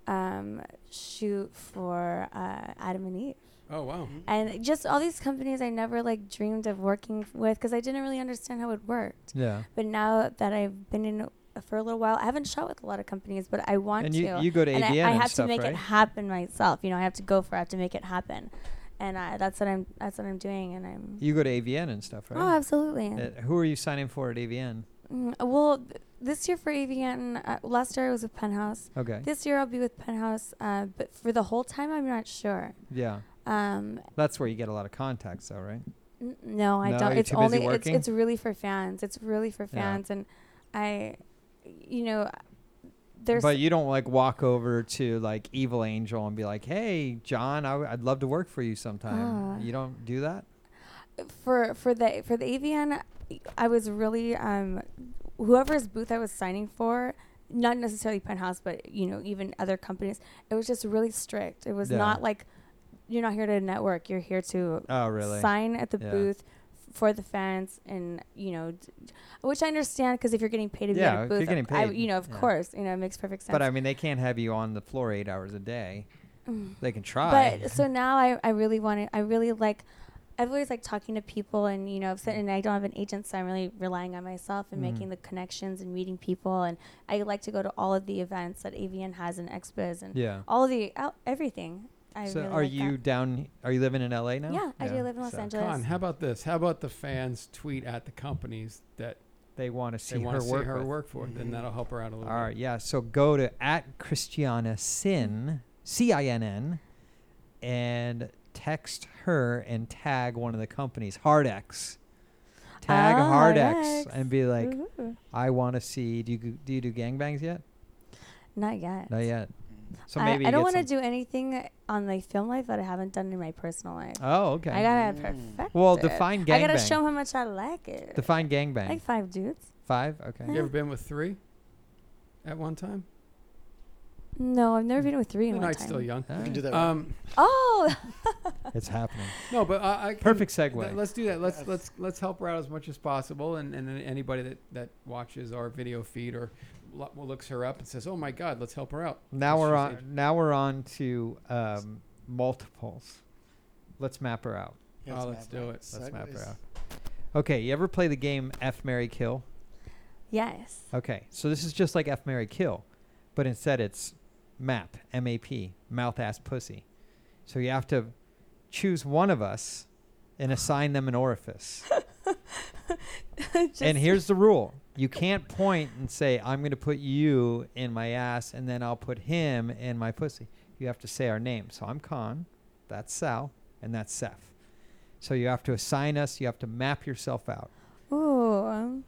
E: um, shoot for uh, Adam and Eve.
B: Oh wow.
C: Mm-hmm.
E: And just all these companies I never like dreamed of working with because I didn't really understand how it worked.
C: Yeah.
E: But now that I've been in uh, for a little while, I haven't shot with a lot of companies, but I want
C: And you-
E: to.
C: you go to
E: and I,
C: ABN
E: I
C: and
E: have
C: stuff,
E: to make
C: right?
E: it happen myself. You know, I have to go for. it. I have to make it happen, and I, that's what I'm. That's what I'm doing, and I'm.
C: You go to AVN and stuff, right?
E: Oh, absolutely.
C: Uh, who are you signing for at AVN?
E: Mm, well, th- this year for AVN, uh, last year I was with Penthouse.
C: Okay.
E: This year I'll be with Penthouse, uh, but for the whole time I'm not sure.
C: Yeah.
E: Um,
C: That's where you get a lot of contacts, though, right?
E: N- No, I
C: No,
E: don't.
C: you're
E: It's
C: too busy
E: only it's,
C: working?
E: it's really for fans. It's really for
C: Yeah.
E: fans, and I, you know, there's
C: but you don't like walk over to like Evil Angel and be like, "Hey, John, I w- I'd love to work for you sometime."
E: Ah.
C: You don't do that.
E: for for the for the AVN, I was really um, whoever's booth I was signing for. Not necessarily Penthouse, but you know, even other companies. It was just really strict. It was
C: Yeah.
E: not like you're not here to network. You're here to
C: Oh, really?
E: sign at the
C: Yeah.
E: booth f- for the fans, and you know, d- which I understand because if you're getting paid to be
C: Yeah,
E: at a
C: if
E: booth,
C: you're getting
E: I-
C: paid,
E: you know, of
C: yeah.
E: course, you know, it makes perfect sense.
C: But I mean, they can't have you on the floor eight hours a day.
E: Mm.
C: They can try.
E: But so now I, I really want to, I really like, I've always like talking to people and, you know, I've said- and I don't have an agent, so I'm really relying on myself and
C: Mhm.
E: making the connections and meeting people. And I like to go to all of the events that AVN has and expos and
C: Yeah.
E: all the, out everything. I
C: so
E: really
C: are
E: like
C: you
E: that.
C: down? Are you living in LA now?
E: Yeah, I do live in Los
C: so-
E: Angeles.
B: Con, how about this? How about the fans tweet at the companies that
C: they want to
B: they
C: see
B: wanna
C: her work
B: see her
C: with. Mm-hmm.
B: work for? Then that'll help her out a
C: All
B: little.
C: right, yeah. So go to at Christiana Sin, C I N N, and text her and tag one of the companies, Hard X. Tag
E: Ah,
C: Hard
E: Hard
C: X
E: X.
C: and be like,
E: Ooh.
C: I want to see. Do you g- do you do gangbangs yet?
E: Not yet.
C: Not yet. So
E: I-
C: maybe
E: I,
C: you
E: don't
C: get
E: want to
C: some-
E: do anything on my film life that I haven't done in my personal life.
C: Oh, okay.
E: I gotta perfect.
C: Well,
E: it.
C: define
E: I gotta
C: gangbang.
E: show 'em how much I like it.
C: Define gangbang.
E: Like five dudes.
C: Five? Okay.
B: You ever been with three at one time?
E: No, I've never been with three in
B: No,
E: one
B: no, it's
E: time.
B: still young.
C: You can
I: do that
B: Um,
E: Oh,
C: It's happening.
B: no, but I, I can-
C: Perfect segue.
B: th- let's do that. Let's let's let's help her out as much as possible, and and then anybody that that watches our video feed or lo- looks her up and says, "Oh my God, let's help her out."
C: Now
B: Let's
C: we're
B: just
C: on. Now we're on to um, multiples. Let's map her out.
B: Yeah, let's Oh, let's map her do out. it.
C: Let's map her
B: Segues.
C: out. Okay, you ever play the game F Mary Kill?
E: yes.
C: Okay, so this is just like F Mary Kill, but instead it's map M A P mouth ass pussy. So you have to choose one of us and assign them an orifice. and here's the rule: you can't point and say, "I'm going to put you in my ass," and then I'll put him in my pussy. You have to say our name. So I'm Khan, that's Sal, and that's Seth. So you have to assign us. You have to map yourself out.
E: Ooh. um,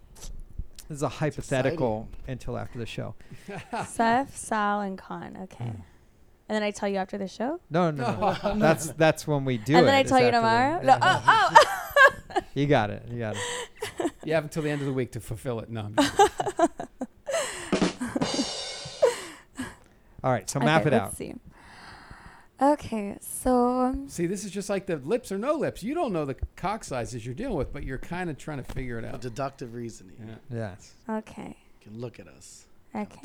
C: This is a hypothetical until after the show.
E: Seth, Sal, and Con. Okay.
C: Hmm.
E: And then I tell you after the show.
C: No, no, no. no. that's that's when we do
E: and
C: it.
E: then I
C: is
E: tell you
C: after the-
E: tomorrow.
C: yeah.
E: No, oh, oh.
C: You got it. You got it.
B: You have until the end of the week to fulfill it. No. I'm just
E: oh,
B: kidding.
C: All right, so map
E: Okay,
C: it
E: let's
C: out.
E: See. Okay, so
B: See, this is just like the lips or no lips. You don't know the cock sizes you're dealing with, but you're kind of trying to figure it out.
I: deductive reasoning.
B: Yeah.
C: Yeah.
E: okay,
I: You can look at us.
E: okay,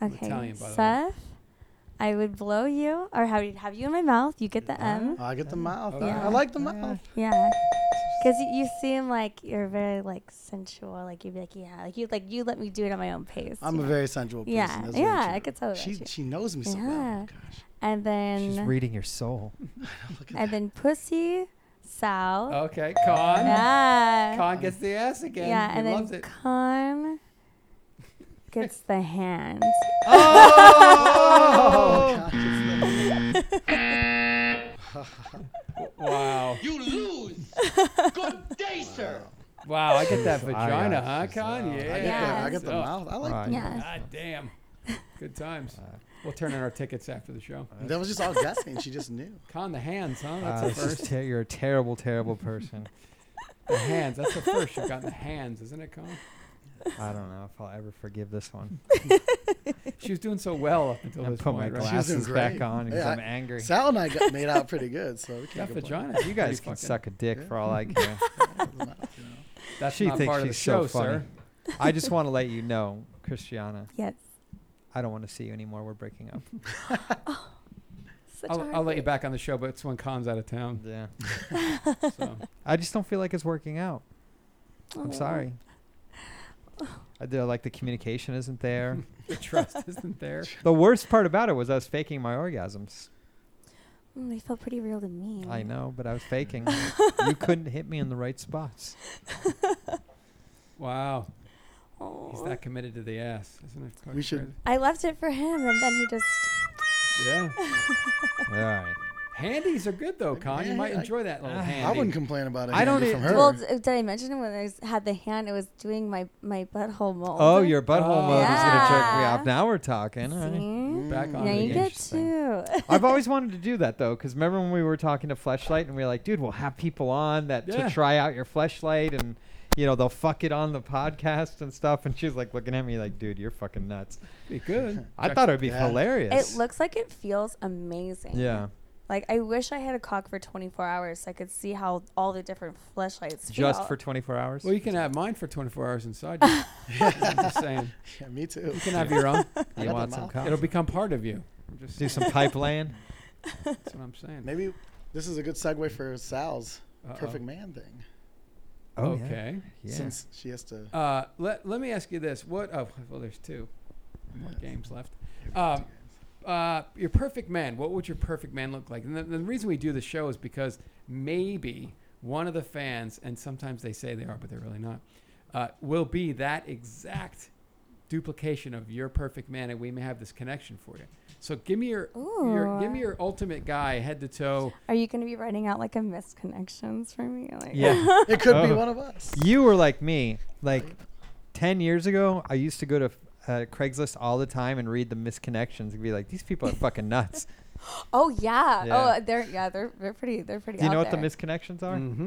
B: I'm
E: okay.
B: Italian, by the way.
E: Seth, I would blow you, or have you have you in my mouth? You get the M.
I: I get the mouth. I-
E: Yeah.
I: I like the mouth.
E: Yeah, because you, you seem like you're very like sensual. Like you'd be like, yeah, like you like you let me do it at my own pace.
I: I'm
E: you
I: a
E: know?
I: very sensual person.
E: Yeah,
I: that's very
E: yeah,
I: true.
E: I could tell.
I: She
E: that
I: she knows me so well. Oh,
E: yeah. And then
C: She's reading your soul.
E: and then pussy, Sal.
B: Okay, con.
E: Yeah.
B: Con gets the ass again.
E: Yeah,
B: he
E: and
B: loves
E: then
B: it.
E: con gets the hand. Oh.
I: Oh,
B: wow.
G: You lose. Good day, sir.
B: Wow, I get that
C: Jeez,
B: vagina, huh,
C: I got- uh,
B: Con?
C: I
B: Yeah.
C: get the- I
I: get the
B: Oh.
I: mouth. I like
C: Right.
E: Yes.
B: God Ah, damn. Good times. Uh, We'll turn in our tickets after the show.
I: That was just all guessing. She just knew.
B: Con the hands, huh?
C: Uh,
B: That's the
C: this is
B: first.
C: ter- you're a terrible, terrible person.
B: The hands. That's the first you've gotten the hands, isn't it, Con?
C: I don't know if I'll ever forgive this one.
B: She was doing so well up until
C: I
B: this
C: put my
B: point. right?
I: She was doing
C: Glasses back
I: great.
C: on 'cause
I: Yeah,
C: I'm
I: I-
C: angry.
I: Sal and I got made out pretty good, so we
B: That
I: can't complain.
B: vagina. pretty
C: You guys can
B: fucking-
C: suck a dick for all I care.
B: That's
C: she
B: not
C: thinks
B: part of
C: she's
B: the
C: so
B: show,
C: funny.
B: sir.
C: I just want to let you know, Christiana.
E: Yes.
C: I don't want to see you anymore. We're breaking up.
E: Such
B: I'll, I'll
E: a
B: let you
E: heartbreak.
B: back on the show, but it's when Con's out of town.
C: Yeah.
B: So.
C: I just don't feel like it's working out.
E: Aw.
C: I'm sorry. I do, like the communication isn't there.
B: The trust isn't there.
C: the worst part about it was I was faking my orgasms.
E: Mm, they felt pretty real to me.
C: I know, but I was faking. you couldn't hit me in the right spots.
B: Wow. He's
E: Aw.
B: that committed to the ass, isn't it? fucking
I: We should-
B: crazy?
E: I left it for him, and then he just.
B: Yeah.
C: All right.
B: Handies are good though, Con. You
I: Yeah,
B: might
I: I-
B: enjoy that little handy.
I: I wouldn't complain about it.
C: I don't e-
I: from her.
E: Well, d- did I mention when I s- had the hand? It was doing my my butthole mold.
C: Oh, your butthole
B: Oh.
C: mode is gonna jerk me
E: Yeah.
C: off. Now we're talking. All right.
E: See?
B: Back on
E: Now
B: it
E: you
B: again.
E: get two.
C: I've always wanted to do that though, because remember when we were talking to Fleshlight and we were like, dude, we'll have people on that
B: Yeah.
C: to try out your Fleshlight and you know they'll fuck it on the podcast and stuff. And she's like looking at me like, dude, you're fucking nuts.
B: Be good.
C: I thought it'd be
I: Yeah.
C: hilarious.
E: It looks like it feels amazing.
C: yeah,
E: Like I wish I had a cock for 24 hours so I could see how all the different fleshlights.
C: just
E: feel.
C: for 24 hours.
B: Well, you can have mine for 24 hours inside you. I'm just saying.
I: Yeah, me too.
B: You can have your own.
I: I
C: you
I: got
C: want
I: the
C: some?
I: mouth.
C: cock?
B: It'll become part of you. I'm just
C: do
B: saying.
C: some pipe laying.
B: That's what I'm saying.
I: Maybe this is a good segue for Sal's
B: Uh-oh.
I: perfect man thing.
C: Oh, yeah.
B: okay.
C: Yeah.
I: Since she has to.
B: Uh, let Let me ask you this. What? Oh, well, there's two more games left. Um, uh, your perfect man. What would your perfect man look like? And the, the reason we do the show is because maybe one of the fans, and sometimes they say they are, but they're really not, uh, will be that exact duplication of your perfect man, and we may have this connection for you. So give me your, your give me your ultimate guy, head to toe.
E: Are you going to be writing out like a missed connections for me? Like,
C: Yeah.
I: It could be
C: Oh.
I: one of us.
C: You were like me, like 10 years ago. I used to go to f- uh, Craigslist all the time and read the misconnections and be like, these people are fucking nuts.
E: Oh yeah.
C: Yeah.
E: Oh, they're yeah, they're they're pretty they're pretty.
C: Do you
E: out
C: know what
E: there.
C: the misconnections
B: Mm.
C: are? Mm-hmm.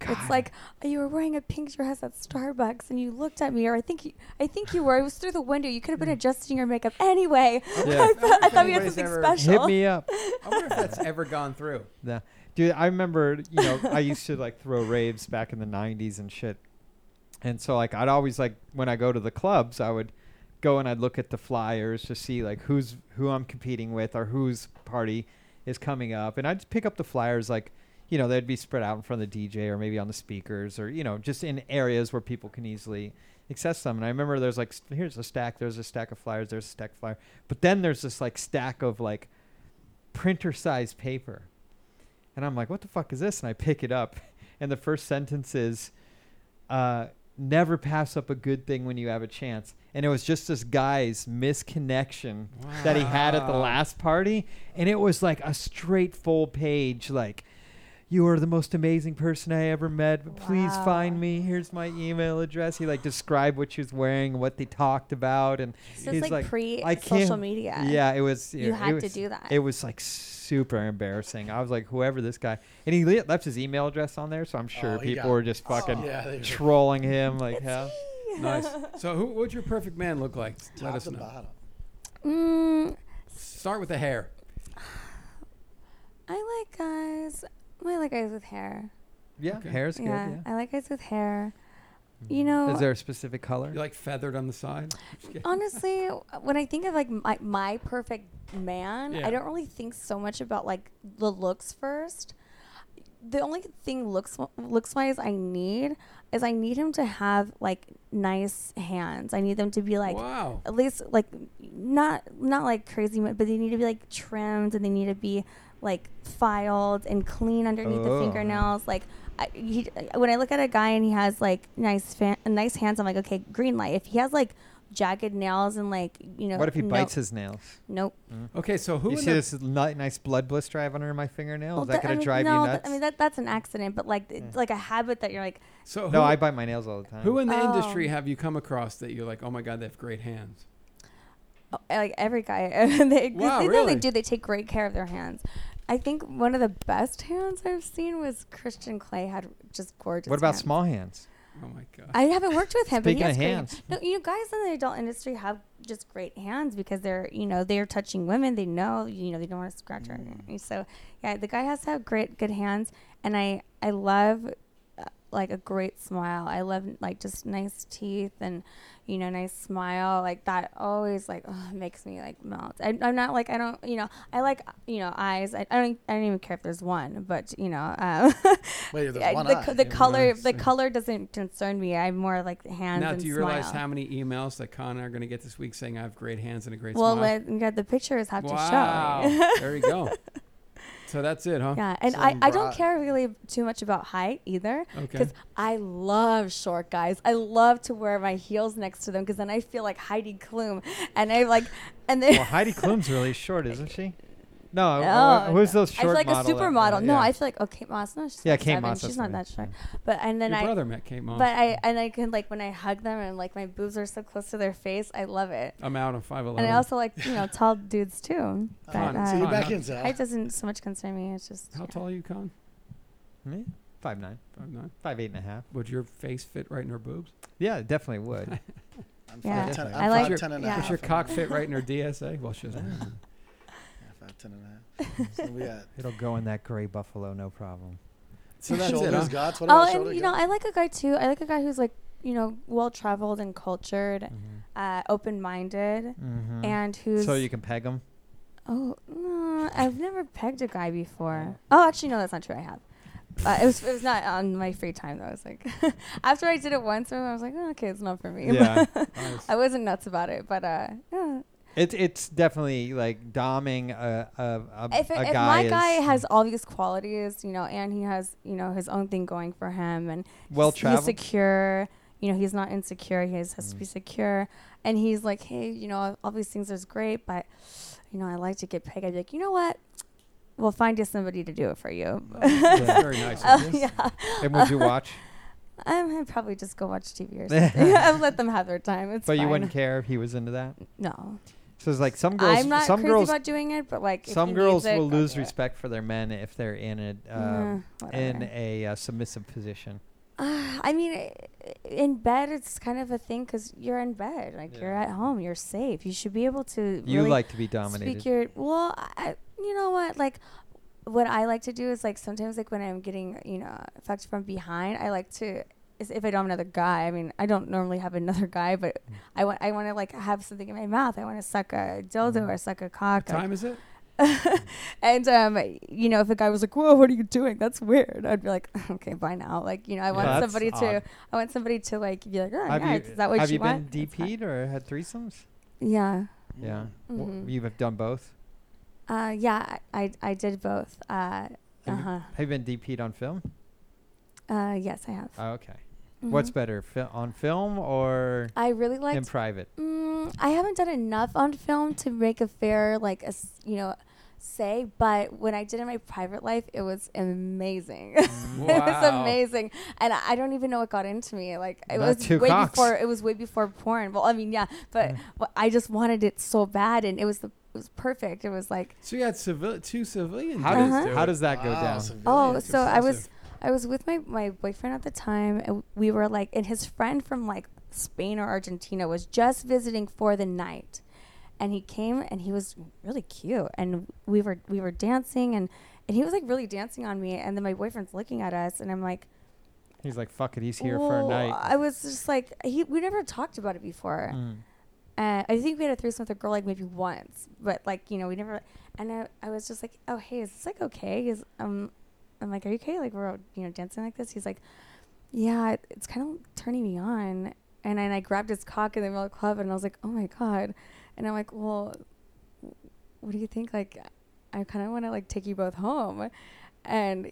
E: It's like "Oh, you were wearing a pink dress at Starbucks and you looked at me, or I think you, I think you were. It was through the window. You could
C: Mm.
E: have been adjusting your makeup anyway.
C: Yeah.
E: I, thought, I thought we had
B: Anybody's
E: something
B: ever-
E: special.
C: Hit me up.
B: I wonder if that's ever gone through.
C: Yeah. Dude, I remember, you know, I used to like throw raves back in the 90s and shit. And so like I'd always like when I go to the clubs, I would go and I'd look at the flyers to see like who's who I'm competing with or whose party is coming up. And I'd pick up the flyers like, you know, they'd be spread out in front of the DJ or maybe on the speakers or, you know, just in areas where people can easily access them. And I remember there's like s- here's a stack, there's a stack of flyers, there's a stack of flyer. But then there's this like stack of like printer size paper. And I'm like, what the fuck is this? And I pick it up. And the first sentence is, uh, never pass up a good thing when you have a chance. And it was just this guy's misconnection that he had at the
M: Wow.
C: last party. And it was like a straight full page, like, you are the most amazing person I ever met. But please
M: Wow.
C: find me. Here's my email address. He like described what she was wearing, what they talked about, and
E: So it's,
C: he's
E: like, pre-
C: "I can't-"
E: social media.
C: Yeah, it was.
E: You
C: it
E: had to
C: was-
E: do that.
C: It was like super embarrassing. I was like, whoever this guy, and he le- left his email address on there, so I'm
B: Oh,
C: sure
B: he
C: people
B: got-
C: were just
B: Oh.
C: fucking
B: Yeah, they were-
C: trolling him. Like, hell.
B: nice. So, who would your perfect man look like? Let us know.
E: Mm,
B: Start with the hair.
E: I like guys. I like guys with hair.
C: Yeah, Okay. hair's good, yeah. Mm.
E: I like guys with hair. You know,
C: Is there a specific color?
B: You like feathered on the side? Just kidding.
E: honestly, when I think of like my, my perfect man,
B: Yeah.
E: I don't really think so much about like the looks first. The only thing looks looks wise I need is I need him to have like nice hands. I need them to be like
P: Wow.
E: at least like not not like crazy, but they need to be like trimmed and they need to be like filed and clean underneath
P: Oh.
E: the fingernails. Like I, he, when I look at a guy and he has like nice fan, nice hands, I'm like, okay, green light. If he has like jagged nails and like you know,
C: What if he
E: no-
C: bites his nails?
E: Nope.
B: Okay, so who
C: You
B: in
C: see
B: the-
C: this ni- nice blood blister I have under my fingernail? Oh, Is that
E: I
C: going to
E: mean,
C: drive
E: no,
C: you
E: that-
C: nuts?
E: I mean that that's an accident, but like it's like a habit that you're like.
B: So
C: no, I bite my nails all the time.
B: Who in the
E: Oh.
B: industry have you come across that you're like, oh my god, they have great hands?
E: Oh, like every guy they,
B: Wow,
E: they,
B: really?
E: they do they take great care of their hands i think one of the best hands i've seen was christian clay had just gorgeous
C: What about
E: hands.
C: small hands?
B: Oh my god.
E: i haven't worked with him
C: Speaking
E: but he has
C: of
E: great
C: hands.
E: no you know guys in the adult industry have just great hands because they're you know they're touching women they know you know they don't want to scratch her
C: Mm.
E: so yeah the guy has to have great good hands and i i love uh, like a great smile. I love like just nice teeth and you know nice smile like that always like ugh, makes me like melt. I, I'm not like I don't you know I like you know eyes. I, I don't I don't even care if there's one, but you know um,
I: Wait, if there's
E: I-
I: one
E: the,
I: eye.
E: co- the
I: Yeah,
E: color
I: nice.
E: the color doesn't concern me. I'm more like hands
B: now,
E: and
B: do you
E: smile.
B: realize how many emails that Connor are going to get this week saying I have great hands and a great
E: well,
B: smile?
E: let, you got the pictures have
B: wow.
E: to show.
B: there you go. So that's it, huh?
E: Yeah, and I, I don't care really too much about height either
B: Okay.
E: because I love short guys. I love to wear my heels next to them because then I feel like Heidi Klum, and I like, and then
C: well, Heidi Klum's really short, isn't she? No,
E: No,
C: wh- who's those
E: I feel
C: short
E: like
C: model
E: a
C: that-
E: supermodel. no,
C: yeah.
E: I feel like oh Kate Moss. No, she's
C: Yeah,
E: like
C: Kate
E: seven.
C: Moss, that's
E: She's not
C: what I
E: that short. But and then
B: Your
E: I
B: brother met Kate Moss.
E: But I and I can like when I hug them and like my boobs are so close to their face. I love it.
B: I'm out on 5'11.
E: And I also like you know tall dudes too.
B: Con, So you're Con, back huh? into it.
E: height doesn't so much concern me. It's just
B: How tall are you, Con?
C: Me? Hmm? Five nine.
B: Five nine.
C: Five eight and a half.
B: Would your face fit right in her boobs?
C: Yeah, it definitely would.
I: I'm
E: Yeah.
I: five ten.
E: I
I: I'm
E: like-
I: five
E: Sure.
I: ten and a
E: Yeah.
I: half.
B: Does your cock fit right in her DSA? Well, she doesn't. have
I: Yeah, five ten and a half. So we got
C: It'll go in that gray buffalo, no problem.
B: So that's it, huh?
I: Gots. What
E: oh,
I: about
E: and
I: shoulder
E: you know,
I: gots?
E: I like a guy too. I like a guy who's like, you know, well traveled and cultured, uh, open minded,
C: Mhm.
E: and who's.
C: so you can peg them.
E: Oh, no, I've never pegged a guy before. Oh, actually, no, that's not true. I have. Uh, it was it was not on my free time though. I was like, after I did it once, I was like, oh, okay, it's not for me.
C: Yeah.
E: I wasn't nuts about it, but uh, yeah.
C: It's it's definitely like doming a a, a,
E: if,
C: a
E: if
C: guy.
E: my guy
C: is
E: has all these qualities, you know, and he has, you know, his own thing going for him, and he's-
C: Well-traveled.
E: he's secure. You know, he's not insecure. He has, has to be
C: Mm.
E: secure, and he's like, hey, you know, all these things is great, but you know, I like to get paid. I'd be like, you know what? We'll find you somebody to do it for you.
C: that's very nice of
E: Oh,
C: you.
E: yeah.
C: And would you watch?
E: Um, I'd probably just go watch TV or something. I'd let them have their time. It's
C: but you
E: fine.
C: wouldn't care if he was into that.
E: No.
C: So it's like some girls.
E: I'm not
C: some
E: crazy
C: girls.
E: about doing it, but like if
C: some
E: he
C: girls
E: needs it,
C: will
E: I'll
C: lose
E: do it.
C: respect for their men if they're in it um,
E: Nah,
C: in
E: whatever.
C: a uh, submissive position.
E: Uh, I mean, i- in bed, it's kind of a thing because you're in bed, like you're at home, you're safe. You should be able to.
C: You
E: really
C: like to be dominated.
E: Speak your well. I, you know what? Like, what I like to do is like sometimes like when I'm getting you know fucked from behind, I like to. Is if I don't have another guy, I mean, I don't normally have another guy, but
C: Mm.
E: I want I want to like have something in my mouth. I want to suck a
C: Mm.
E: dildo or suck a cock.
B: What time is it?
E: And um, you know, if a guy was like, "Whoa, what are you doing? That's weird," I'd be like, "Okay, bye now." Like, you know, I want
C: Yeah, that's
E: somebody to,
C: odd.
E: I want somebody to like be like, "Oh,
C: have
E: yeah,
C: you,
E: is that what
C: have
E: you,
C: you
E: want?"
C: been DP'd or had threesomes?
E: Yeah.
I: Mm.
C: Yeah. Wh-
E: Mhm.
C: you have done both.
E: Uh, yeah, I I- I did both. Uh,
C: Have,
E: uh huh.
C: you, have you been DP'd on film?
E: Uh, yes, I have.
C: Oh, okay. What's
E: Mhm.
C: better, fil- on film or
E: I really liked.
C: in private?
E: Mm, I haven't done enough on film to make a fair like a s- you know say, but when I did in my private life, it was amazing. it was
M: Wow.
E: amazing, and I I don't even know what got into me. Like it
M: Not
E: was
M: two
E: way
M: cocks.
E: before. It was way before porn. Well, I mean, yeah, but but I just wanted it so bad, and it was the it was perfect. It was like
B: So you had civil- two civilians.
C: How does- how does that go
I: Ah,
B: Wow,
C: down?
E: Oh,
B: civilians.
E: so I was
B: Impressive.
E: I was with my my boyfriend at the time, and we were like, and his friend from like Spain or Argentina was just visiting for the night, and he came and he was really cute, and we were we were dancing, and and he was like really dancing on me, and then my boyfriend's looking at us, and I'm like.
C: He's like, fuck it, he's here for a
E: "Whoa,"
C: night.
E: I was just like, he, we never talked about it before.
C: Mm.
E: Uh, I think we had a threesome with a girl like maybe once, but like you know we never. And I, I was just like, oh hey, is this like okay? Is um, I'm like, are you okay? Like we're all, you know dancing like this. He's like, yeah, it- it's kind of turning me on. And then I grabbed his cock in the middle of the club, and I was like, oh my god. And I'm like, well, what do you think? Like, I kind of want to like take you both home, and.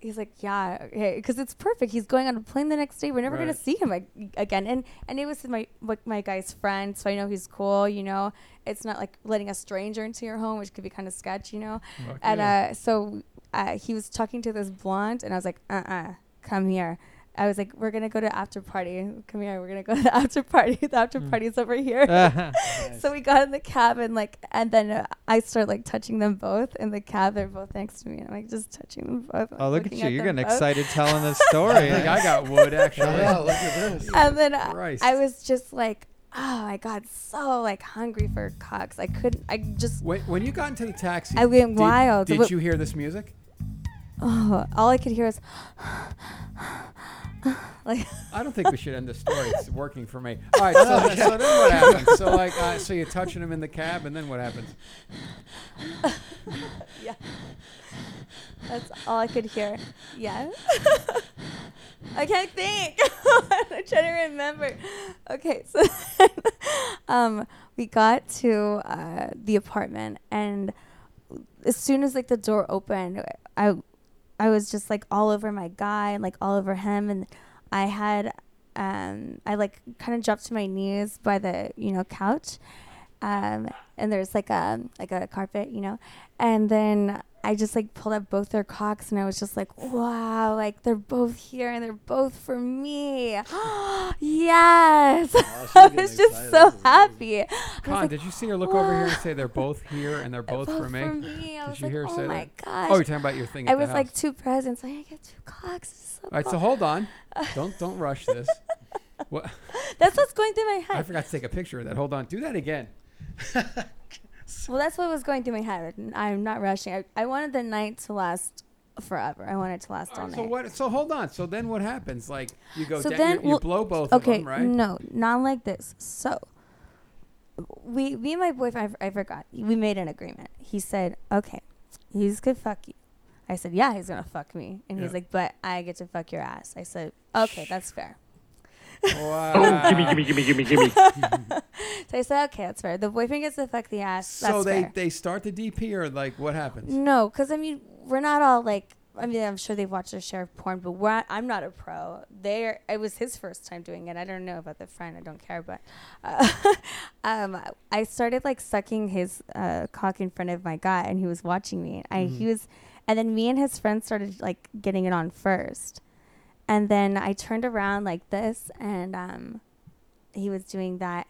E: He's like, yeah, okay, because it's perfect. He's going on a plane the next day. We're never gonna
M: Right.
E: see him ag- again. And and it was my like my guy's friend, so I know he's cool. You know, it's not like letting a stranger into your home, which could be kind of sketch. You know,
M: Fuck
E: and
M: yeah.
E: uh, so uh, he was talking to this blonde, and I was like, uh, uh come here. I was like, we're gonna go to after party. Come here, we're gonna go to the after party. The after
M: Mm.
E: party's over here.
C: Mm.
E: So we got in the cab and like, and then uh, I start like touching them both in the cab. They're both next to me, and I'm like just touching them both.
C: Oh, look at
E: looking
C: you. You're
E: them
C: getting
E: both.
C: excited telling this story.
B: I think I got wood, actually.
C: Wow,
B: look at this.
I: Um,
E: and then I-
B: Christ.
E: I was just like, oh, I got so like hungry for cocks. I couldn't. I just
B: Wait, when you got into the taxi,
E: I went
B: did-
E: wild.
B: Did
E: What-
B: you hear this music?
E: oh, all I could hear is like.
B: I don't think we should end the story. It's working for me. All right, so, so then what happens? So like, uh, so you're touching him in the cab, and then what happens?
E: yeah. That's all I could hear. Yeah. I can't think. I'm trying to remember. Okay, so um, we got to uh, the apartment, and as soon as like the door opened, I I was just like all over my guy, and, like all over him, and I had um, I like kind of dropped to my knees by the you know couch, um, and there's like a like a carpet, you know, and then I just like pulled up both their cocks, and I was just like, wow, like they're both here and they're both for me. yes, I was just so happy. I was
B: Con,
E: like,
B: did you see her look over here and
E: "Wow."
B: say they're both here and they're both,
E: both
B: for me?
E: for me. I
B: did
E: was
B: you
E: like,
B: hear her
E: "Oh
B: say
E: my
B: that?
E: gosh.
B: Oh, you're talking about your thing.
E: I
B: at the
E: was like
B: house.
E: two presents. Like, I get two cocks. It's So
B: All right, so
E: cool.
B: hold on. Don't don't rush this. What?
E: That's what's going through my
B: I
E: head.
B: forgot to take a picture of that. Hold on. Do that again.
E: Well, that's what was going through my head. N- I'm not rushing. I, I wanted the night to last forever. I wanted it to last all,
B: All right,
E: night.
B: so what? So hold on. So then what happens? Like you go
E: So
B: down,
E: then
B: you, you
E: we'll-
B: blow both
E: okay,
B: of them, right?
E: No, not like this. So we, me and my boyfriend, I, f- I forgot. We made an agreement. He said, "Okay, he's gonna fuck you." I said, "Yeah, he's gonna fuck me," and he's
M: Yeah.
E: like, "But I get to fuck your ass." I said, "Okay, that's fair."
B: Wow.
M: Oh, gimme, gimme, gimme, gimme, gimme.
E: So I said, "Okay, that's fair." The boyfriend gets to fuck the ass.
B: So
E: that's
B: they
E: fair. Mm.
B: they start the DP or like what happens?
E: No, because I mean, we're not all like. I mean, I'm sure they've watched their share of porn, but we're, I'm not a pro. There, it was his first time doing it. I don't know about the friend. I don't care, but uh, um, I started like sucking his uh, cock in front of my guy, and he was watching me. I he
M: Mhm.
E: was, and then me and his friend started like getting it on first, And then I turned around like this, and um, he was doing that,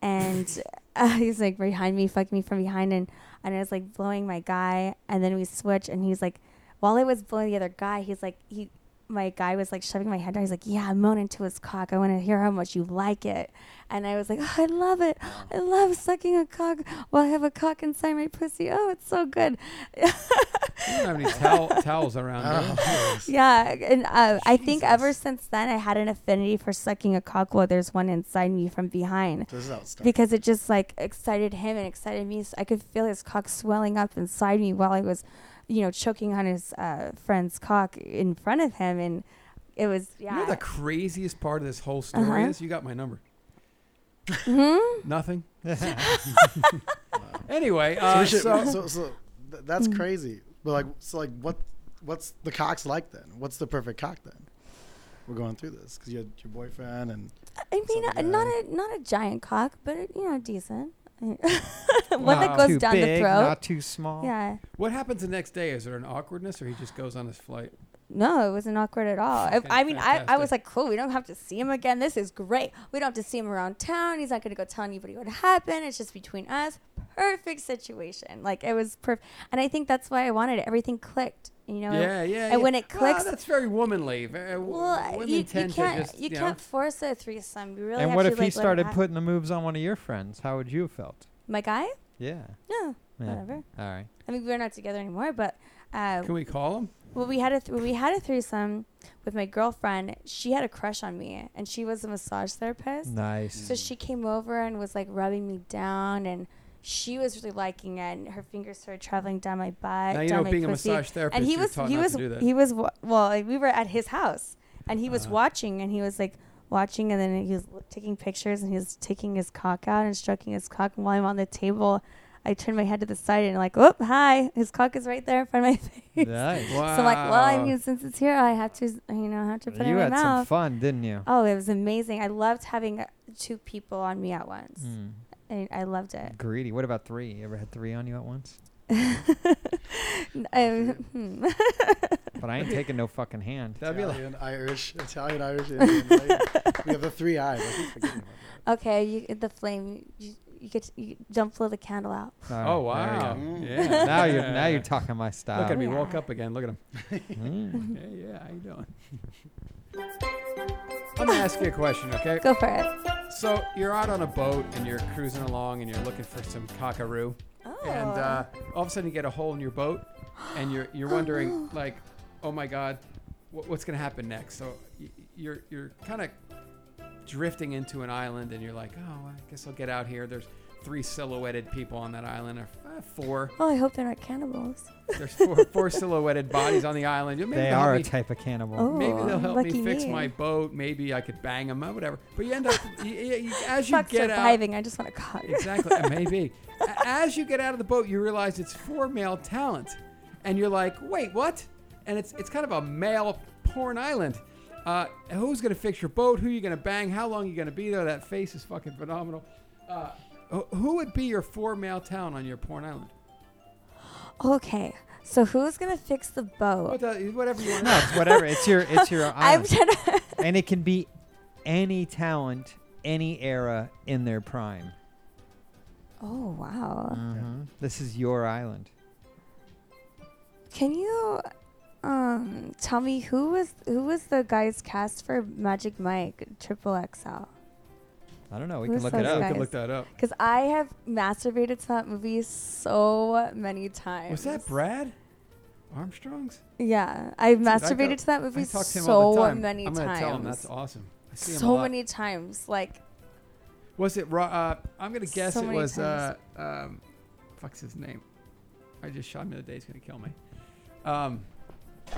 E: and uh, he was like behind me, fucking me from behind, and and I was like blowing my guy, and then we switched, and he's like, while I was blowing the other guy, he's like he. My guy was like shoving my head down. He's like, "Yeah, moan into his cock. I want to hear how much you like it." And I was like, oh, "I love it. I love sucking a cock. Well, I have a cock inside my pussy. Oh, it's so good."
B: You don't have any towel, towels around. do you?
I: Oh,
E: Yeah, and uh, I think ever since then I had an affinity for sucking a cock while there's one inside me from behind.
I: This is outstanding.
E: because it just like excited him and excited me. So I could feel his cock swelling up inside me while I was, you know, choking on his uh, friend's cock in front of him, and it was
B: You know
E: yeah.
B: the craziest part of this whole story
E: Uh-huh.
B: is you got my number.
E: Mhm.
B: Nothing. anyway,
I: so,
B: uh,
I: we should-
B: so-
I: so- so th- that's crazy. But like, so like, what what's the cock's like then? What's the perfect cock then? We're going through this because you had your boyfriend and
E: I mean, uh, not a not a giant cock, but uh, you know, decent. One
B: Not
E: that goes
B: too
E: down
B: big,
E: the throat.
B: not
C: too small.
E: Yeah.
B: What happens the next day? Is there an awkwardness, or he just goes on his flight?
E: No, it wasn't awkward at all. I,
B: Okay,
E: I mean, I, I
B: fantastic.
E: was like, cool, we don't have to see him again. This is great. We don't have to see him around town. He's not going to go tell anybody what happened. It's just between us. Perfect situation. Like, it was perfect. And I think that's why I wanted it. Everything clicked, you know?
B: yeah, yeah.
E: And
B: yeah.
E: when it
B: Well,
E: clicks,
B: that's very womanly. Very,
E: well,
B: women
E: you, you
B: tend
E: can't,
B: to just
E: you,
B: know.
E: can't force a threesome. You really
C: and
E: have
C: what
E: to,
C: if
E: like,
C: he
E: let it
C: started
E: happen.
C: putting the moves on one of your friends? How would you have felt?
E: My guy?
C: Yeah.
E: No,
C: Yeah.
E: whatever.
C: All right.
E: I mean, we're not together anymore, but. Uh,
B: Can we call him?
E: Well, we had a th- we had a threesome with my girlfriend. She had a crush on me, and she was a massage therapist.
C: Nice.
E: So
B: Mm.
E: she came over and was like rubbing me down, and she was really liking it. And her fingers started traveling down my butt.
B: Now you
E: down
B: know
E: my
B: being a
E: pussy.
B: massage
E: and
B: therapist,
E: he
B: you're
E: was
B: taught
E: he
B: not to
E: was
B: do that. Uh-huh.
E: he was wa- well, like, we were at his house, and he was watching, and he was like watching, and then he was l- taking pictures, and he was taking his cock out and stroking his cock. And while I'm on the table. I turned my head to the side and like, whoop, hi, his cock is right there in front of my face.
C: Nice.
E: So I'm like, well, I
C: Wow.
E: mean, since it's here, I have to, you know, I have to put it in
C: you
E: my
C: had
E: mouth.
C: some fun, didn't you?
E: Oh, it was amazing. I loved having uh, two people on me at once.
C: Mm.
E: I, I loved it.
C: Greedy. What about three? You ever had three on you at once?
B: Mm.
E: N- um, hmm.
C: But I ain't taking no fucking hand.
I: That'd be like an Irish, Italian, Irish. Indian, right? we have the three eyes. I keep forgetting about that.
E: okay, you, the flame. You, you get you don't blow the candle out.
C: All right,
B: Oh
C: there
B: wow!
C: we go.
B: Yeah.
C: now you're now you're talking my style.
B: Look at me
E: Yeah.
B: woke up again. Look at him.
C: Mm.
B: Yeah, yeah. How you doing? I'm gonna ask you a question, okay?
E: Go for it.
B: So you're out on a boat and you're cruising along and you're looking for some cockaroo,
E: Oh.
B: and uh, all of a sudden you get a hole in your boat, and you're you're wondering like, oh my god, wh- what's gonna happen next? So y- you're you're kind of drifting into an island and you're like, oh, I guess I'll get out here. There's three silhouetted people on that island, or uh, four.
E: Oh, I hope they're not cannibals.
B: There's four, four silhouetted bodies on the island. Maybe
C: They
B: they'll
C: are
B: help
C: a
B: me-
C: type of cannibal.
B: Maybe
E: Oh,
B: they'll help
E: lucky
B: me fix
E: me.
B: my boat. Maybe I could bang them or whatever. But you end up you, you, you- as you
E: Fuck
B: get out.
E: surviving. I just want to cock.
B: Exactly. Maybe A- as you get out of the boat, you realize it's four male talent, and you're like, wait, what? And it's it's kind of a male porn island. Uh, who's gonna fix your boat? Who you gonna bang? How long you gonna be there? That face is fucking phenomenal. Uh, who- who would be your four male talent on your porn island?
E: okay, so who's gonna fix the boat?
B: What the, whatever you want.
C: No, it's whatever. It's your it's your
E: I'm
C: island. and it can be any talent, any era in their prime.
E: Oh wow.
B: Mm.
C: Mhm. This is your island.
E: Can you um tell me who was who was the guys cast for Magic Mike Triple XL?
C: I don't know. We
E: Who
C: can
E: is
C: look
E: those
C: it up.
E: guys? Cuz I have masturbated to that movie so many times.
B: Was that Brad Armstrong's?
E: Yeah, I've
B: Dude, I talk-
E: masturbated to that movie
B: I talk to him all the
E: so
B: time.
E: many
B: I'm
E: times.
B: gonna tell him that's awesome. I see him a
E: so
B: lot.
E: many times. Like
B: Was it? Ro- Uh, I'm gonna guess
E: So
B: it
E: many
B: was. Uh,
E: times.
B: um, fuck's his name. I just shot him the other day. He's gonna kill me. Um,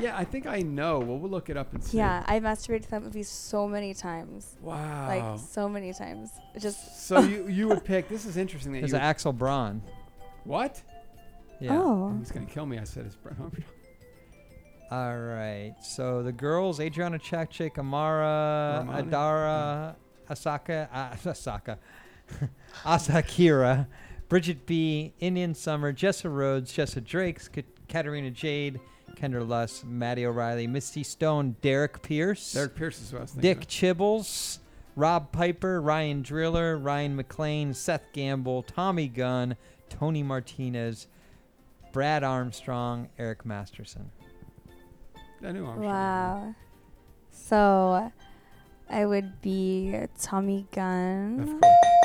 B: yeah, I think I know. Well, we'll look it up and see.
E: yeah, I masturbated to that movie so many times.
B: Wow.
E: Like so many times. It Just
B: So you you would pick. This is interesting. That
C: There's
B: you would-
C: Axel Braun.
B: what?
C: Yeah.
E: Oh.
B: He's gonna kill me. I said it's Brett Armstrong.
C: All right. So the girls: Adriana Chakchik, Amara,
B: Romani?
C: Adara, Asaka, uh, Asaka, Asakira, Bridget B, Indian Summer, Jessa Rhodes, Jessa Drakes, Ka- Katarina Jade, Kendra Lust, Maddie O'Reilly, Misty Stone, Derek Pierce.
B: Derek Pierce is what I was thinking
C: Dick Chibbles, Rob Piper, Ryan Driller, Ryan McLean, Seth Gamble, Tommy Gunn, Tony Martinez, Brad Armstrong, Eric Masterson.
B: I knew Armstrong.
E: Wow. So I would be Tommy Gunn.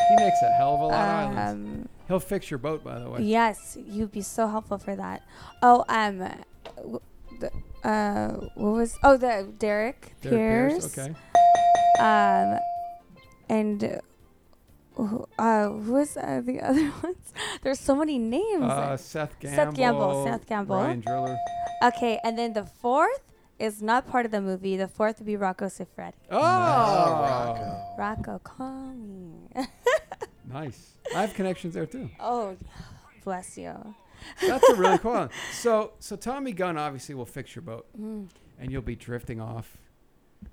B: He makes a hell of a lot of
E: Um,
B: islands. He'll fix your boat, by the way.
E: Yes, you'd be so helpful for that. Oh, um, w- the, uh, what was? Oh, the Derek,
B: Derek Pierce,
E: Pierce.
B: okay.
E: Um, and uh, who- uh, who was uh, the other ones? There's so many names.
B: Uh, Seth Gamble.
E: Seth Gamble. Seth Gamble.
B: Ryan Driller.
E: Okay, and then the fourth is not part of the movie. The fourth would be Rocco Siffredi.
B: Oh, Rocco.
E: Rocco, call me.
B: Nice. I have connections there too.
E: oh, bless you.
B: That's a really cool one. So, so Tommy Gunn obviously will fix your boat,
E: Mm.
B: and you'll be drifting off,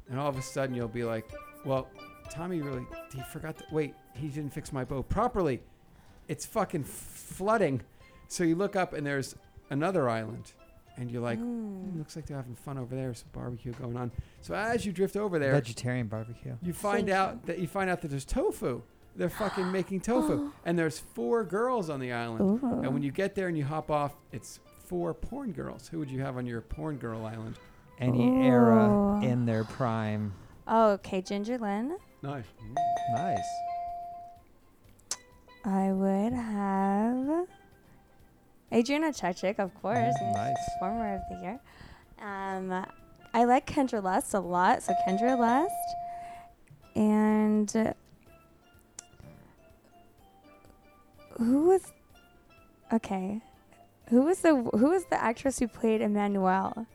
B: and all of a sudden you'll be like, "Well, Tommy really he forgot to wait. He didn't fix my boat properly. It's fucking flooding." So you look up and there's another island, and you're like,
E: Mm.
B: "Hmm, "Looks like they're having fun over there. Some barbecue going on." So as you drift over there,
C: Vegetarian barbecue.
B: you find
C: Thank
B: out that you find out that there's tofu. They're fucking making tofu, and there's four girls on the island.
E: Ooh.
B: And when you get there and you hop off, it's four porn girls. Who would you have on your porn girl island?
C: Any era
E: Ooh.
C: in their prime.
E: Oh, okay, Ginger Lynn.
B: Nice.
C: Nice.
E: I would have Adriana Chechik, of course.
C: Mm, nice.
E: Former of the year. Um, I like Kendra Lust a lot, so Kendra Lust. And uh, who was okay? Who was the who was the actress who played Emmanuel?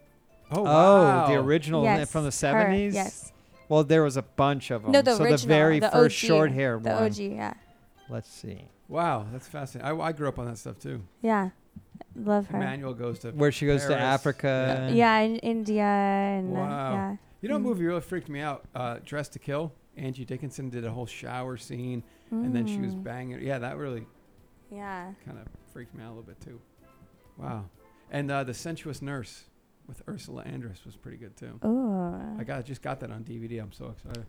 B: Oh,
C: the
B: wow.
C: original
E: Yes,
C: from the
E: her,
C: 70s?
E: yes.
C: Well, there was a bunch of them.
E: No, the
C: so
E: original,
C: the very
E: the
C: first
E: OG,
C: short hair
E: the
C: one.
E: OG, yeah.
C: Let's see.
B: Wow, that's fascinating. I, I grew up on that stuff too.
E: Yeah, love her.
B: Emmanuel goes to
C: Where she goes to
B: Paris.
C: Africa.
E: Yeah, in India and uh,
B: Wow.
E: yeah.
B: You know, a
E: Mm.
B: movie really freaked me out. Uh, Dress to Kill. Angie Dickinson did a whole shower scene, and then she was
E: Mm.
B: banging. Yeah, that really
E: Yeah.
B: kind of freaked me out a little bit too. Wow. And uh, the Sensuous Nurse with Ursula Andress was pretty good too.
E: Ooh.
B: I got just got that on DVD. I'm so excited.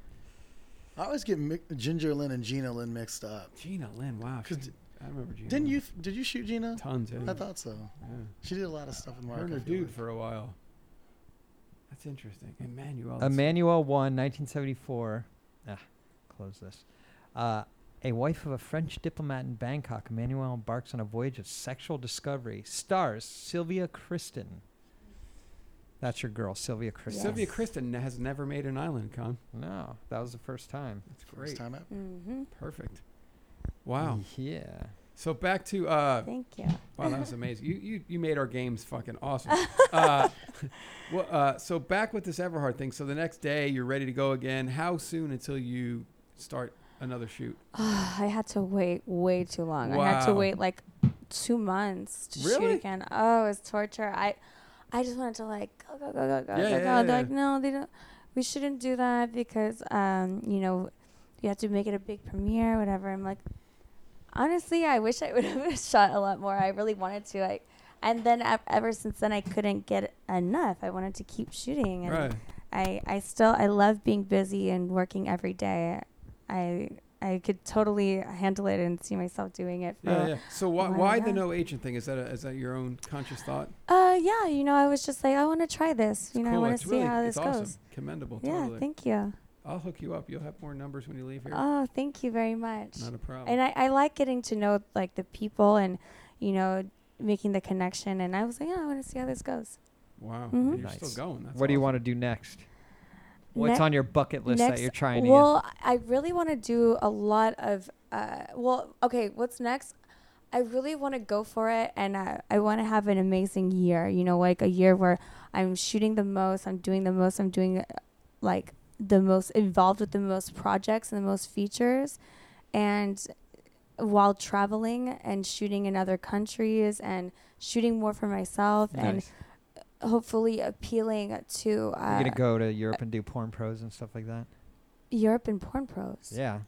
I: I always get mi- Ginger Lynn and Gina Lynn mixed up.
B: Gina Lynn, wow. she-
I: 'Cause
B: I remember Gina.
I: Didn't you? f- Did you shoot Gina?
B: Tons. Yeah.
I: I thought so.
B: Yeah.
I: She did a lot of stuff with Mark.
B: Her and
I: I
B: her
I: feel
B: dude
I: like.
B: for a while. That's interesting. Emmanuel. that's-
C: Emmanuel won 1974. Ah, close this. Uh, a wife of a French diplomat in Bangkok, Emmanuel embarks on a voyage of sexual discovery. Stars Sylvia Kristen. That's your girl, Sylvia Kristen.
B: Sylvia Kristen has never made an island con.
C: No, that was the first time.
B: That's great.
I: First time out.
E: Mm-hmm.
B: Perfect. Wow.
E: Mm.
C: Yeah.
B: So back to uh
E: Thank you.
B: Wow, that was amazing. You you, you made our games fucking awesome. uh, well, uh, so back with this Everhard thing. So the next day you're ready to go again. How soon until you start another shoot?
E: I had to wait way too long. I had to
B: Wow.
E: wait like two months to
B: Really?
E: shoot again. Oh, it was torture. I, I just wanted to like go go go go go
B: Yeah,
E: go
B: yeah,
E: go.
B: yeah,
E: They're
B: yeah.
E: like, no, they don't. We shouldn't do that because um, you know, you have to make it a big premiere, whatever. I'm like, honestly, I wish I would have shot a lot more. I really wanted to. Like, and then ev- ever since then, I couldn't get enough. I wanted to keep shooting, and
B: Right.
E: I I still I love being busy and working every day. I I could totally handle it and see myself doing it. For
B: Yeah, yeah. So why
E: a while,
B: why the
E: yeah.
B: no agent thing? Is that a, is that your own conscious thought?
E: Uh, yeah, you know, I was just like, I want to try this. You know, I
B: Cool.
E: want
B: It's
E: to see
B: really-
E: how
B: it's
E: this
B: awesome.
E: goes.
B: Commendable.
E: Yeah,
B: totally.
E: thank you.
B: I'll hook you up. You'll have more numbers when you leave here.
E: Oh, thank you very much.
B: Not a problem.
E: And I, I like getting to know like the people and, you know, making the connection. And I was like, yeah, I want to see how this goes.
B: wow.
E: Mhm.
B: You're still
C: Nice.
B: going. That's
C: what do you
B: awesome.
C: want to do next? What's
E: Ne-
C: on your bucket list that
E: next-
C: you're trying
E: well, I really want to do a lot of. Uh, well, okay, what's next? I really want to go for it, and I, I want to have an amazing year. You know, like a year where I'm shooting the most, I'm doing the most, I'm doing uh, like the most involved with the most projects and the most features, and while traveling and shooting in other countries and shooting more for myself
C: Nice.
E: and hopefully appealing to
C: to? You're
E: uh,
C: gonna go to Europe and do porn pros and stuff like that.
E: Europe and porn pros.
C: Yeah,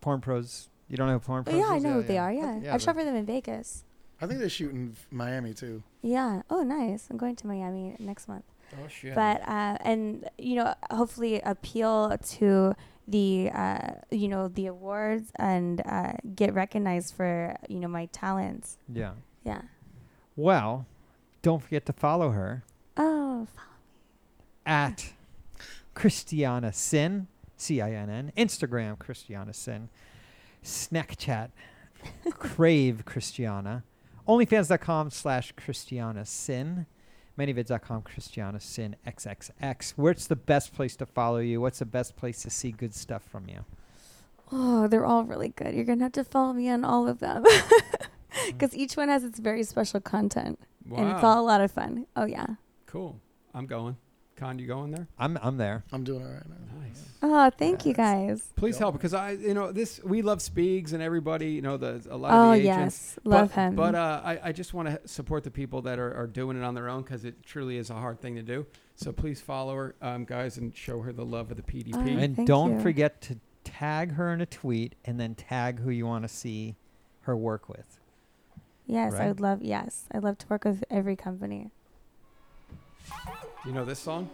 C: porn pros. You don't know who porn
E: Oh,
C: pros?
E: yeah, I
C: is?
E: know who they
C: yeah.
E: are.
C: But
E: Yeah, I've
C: but-
E: shot for them in Vegas.
I: I think they shoot in Miami too.
E: Yeah. Oh, nice. I'm going to Miami next month.
I: Oh, shit.
E: But uh, and you know, hopefully appeal to the uh, you know the awards and uh, get recognized for you know my talents.
C: Yeah.
E: Yeah.
C: Well, don't forget to follow her
E: Oh,
C: at Christiana Sin, C I N N, Instagram Christiana Sin, Snapchat Crave Christiana, OnlyFans.com slash Christiana Sin, ManyVids.com Christiana Sin XXX. Where's the best place to follow you? What's the best place to see good stuff from you?
E: Oh, they're all really good. You're gonna have to follow me on all of them because each one has its very special content, and it's
B: Mm-hmm. Wow.
E: all a lot of fun. Oh yeah.
B: Cool. I'm going. Con, you going there?
C: I'm I'm there.
I: I'm doing all right now.
B: Nice.
E: Oh, thank you guys.
B: Please help because I, you know, this we love Speegs and everybody, you know, the a lot
E: Oh,
B: of the agents.
E: yes. Love
B: but,
E: him.
B: But uh, I, I just want to support the people that are, are doing it on their own because it truly is a hard thing to do. So please follow her, um, guys, and show her the love of the PDP.
E: Oh,
C: and don't forget to tag her in a tweet and then tag who you want to see her work with.
E: Yes,
C: Right.
E: I would love. Yes, I love to work with every company.
B: You know this song?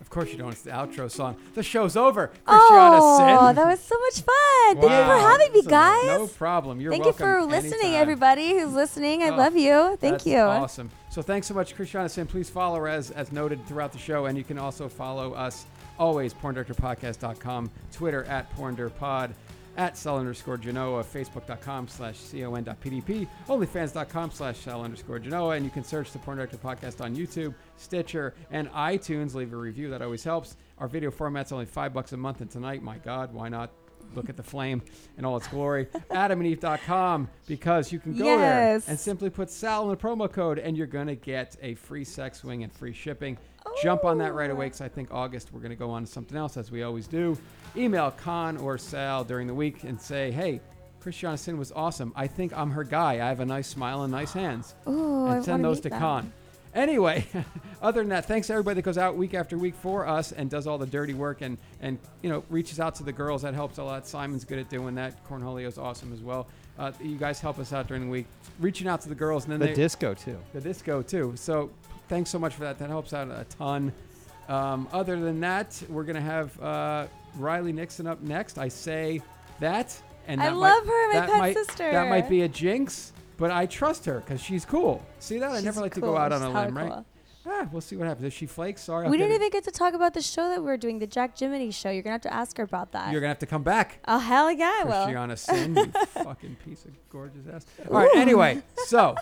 B: Of course you don't. It's the outro song. The show's over. Christiana
E: oh,
B: Sin.
E: that was so much fun! Thank you for
B: Wow.
E: having me, guys.
B: No problem. You're
E: Thank you
B: welcome
E: for listening,
B: anytime.
E: everybody who's listening. I
B: Oh,
E: love you. Thank
B: That's
E: you.
B: Awesome. So thanks so much, Christiana Sin. Please follow her as as noted throughout the show, and you can also follow us always porndirectorpodcast.com, Twitter at porndirpod, at cell underscore Genoa, facebook.com slash con.pdp, onlyfans.com slash cell underscore Genoa, and you can search the Porn Director Podcast on YouTube, Stitcher, and iTunes. Leave a review. That always helps. Our video format's only five bucks a month, and tonight, my God, why not? Look at the flame in all its glory. AdamandEve.com because you can go there
M: Yes.
B: and simply put Sal in the promo code, and you're going to get a free sex swing and free shipping. Jump on that right away because I think August we're going to go on to something else, as we always do. Email Con or Sal during the week and say, hey, Christiana Sin was awesome. I think I'm her guy. I have a nice smile and nice hands.
M: Ooh, Oh, I
B: and send
M: wanna
B: those
M: meet
B: to
M: them.
B: Con. Anyway, other than that, thanks to everybody that goes out week after week for us and does all the dirty work and and you know reaches out to the girls. That helps a lot. Simon's good at doing that. Cornholio's awesome as well. Uh, you guys help us out during the week, reaching out to the girls and then
C: The
B: they-
C: disco, too.
B: The disco too. So thanks so much for that. That helps out a ton. Um, other than that, we're gonna have uh, Riley Nixon up next. I say that, and
E: I
B: that
E: love
B: might,
E: her, my
B: that
E: pet
B: might-
E: sister.
B: That might be a jinx, but I trust her because she's cool. See that? I
E: She's
B: never like to go
E: cool.
B: out on a
E: She's hella
B: limb, right?
E: cool.
B: Ah, we'll see what happens. If she flakes, sorry. I'll
E: we
B: get
E: didn't
B: it.
E: even get to talk about the show that we are doing, the Jack Jiminy show. You're gonna have to ask her about that.
B: You're gonna have to come back.
E: oh hell yeah, I will.
B: Christiana Sin, you fucking piece of gorgeous ass. All right.
E: Ooh.
B: Anyway, so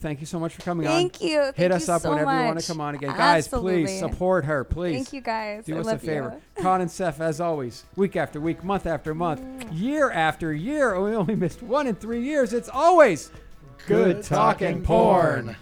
B: thank you so much for coming on.
E: Thank you.
B: Hit
E: Thank
B: us
E: you
B: up
E: so
B: whenever you want
E: much.
B: to come on again, guys. Please
E: Absolutely.
B: support her. Please.
E: Thank you, guys.
B: Do
E: I
B: us a
E: love
B: favor. Con and Seth, as always, week after week, month after month,
E: Mm.
B: year after year. We only missed one in three years. It's always
M: Good talking porn.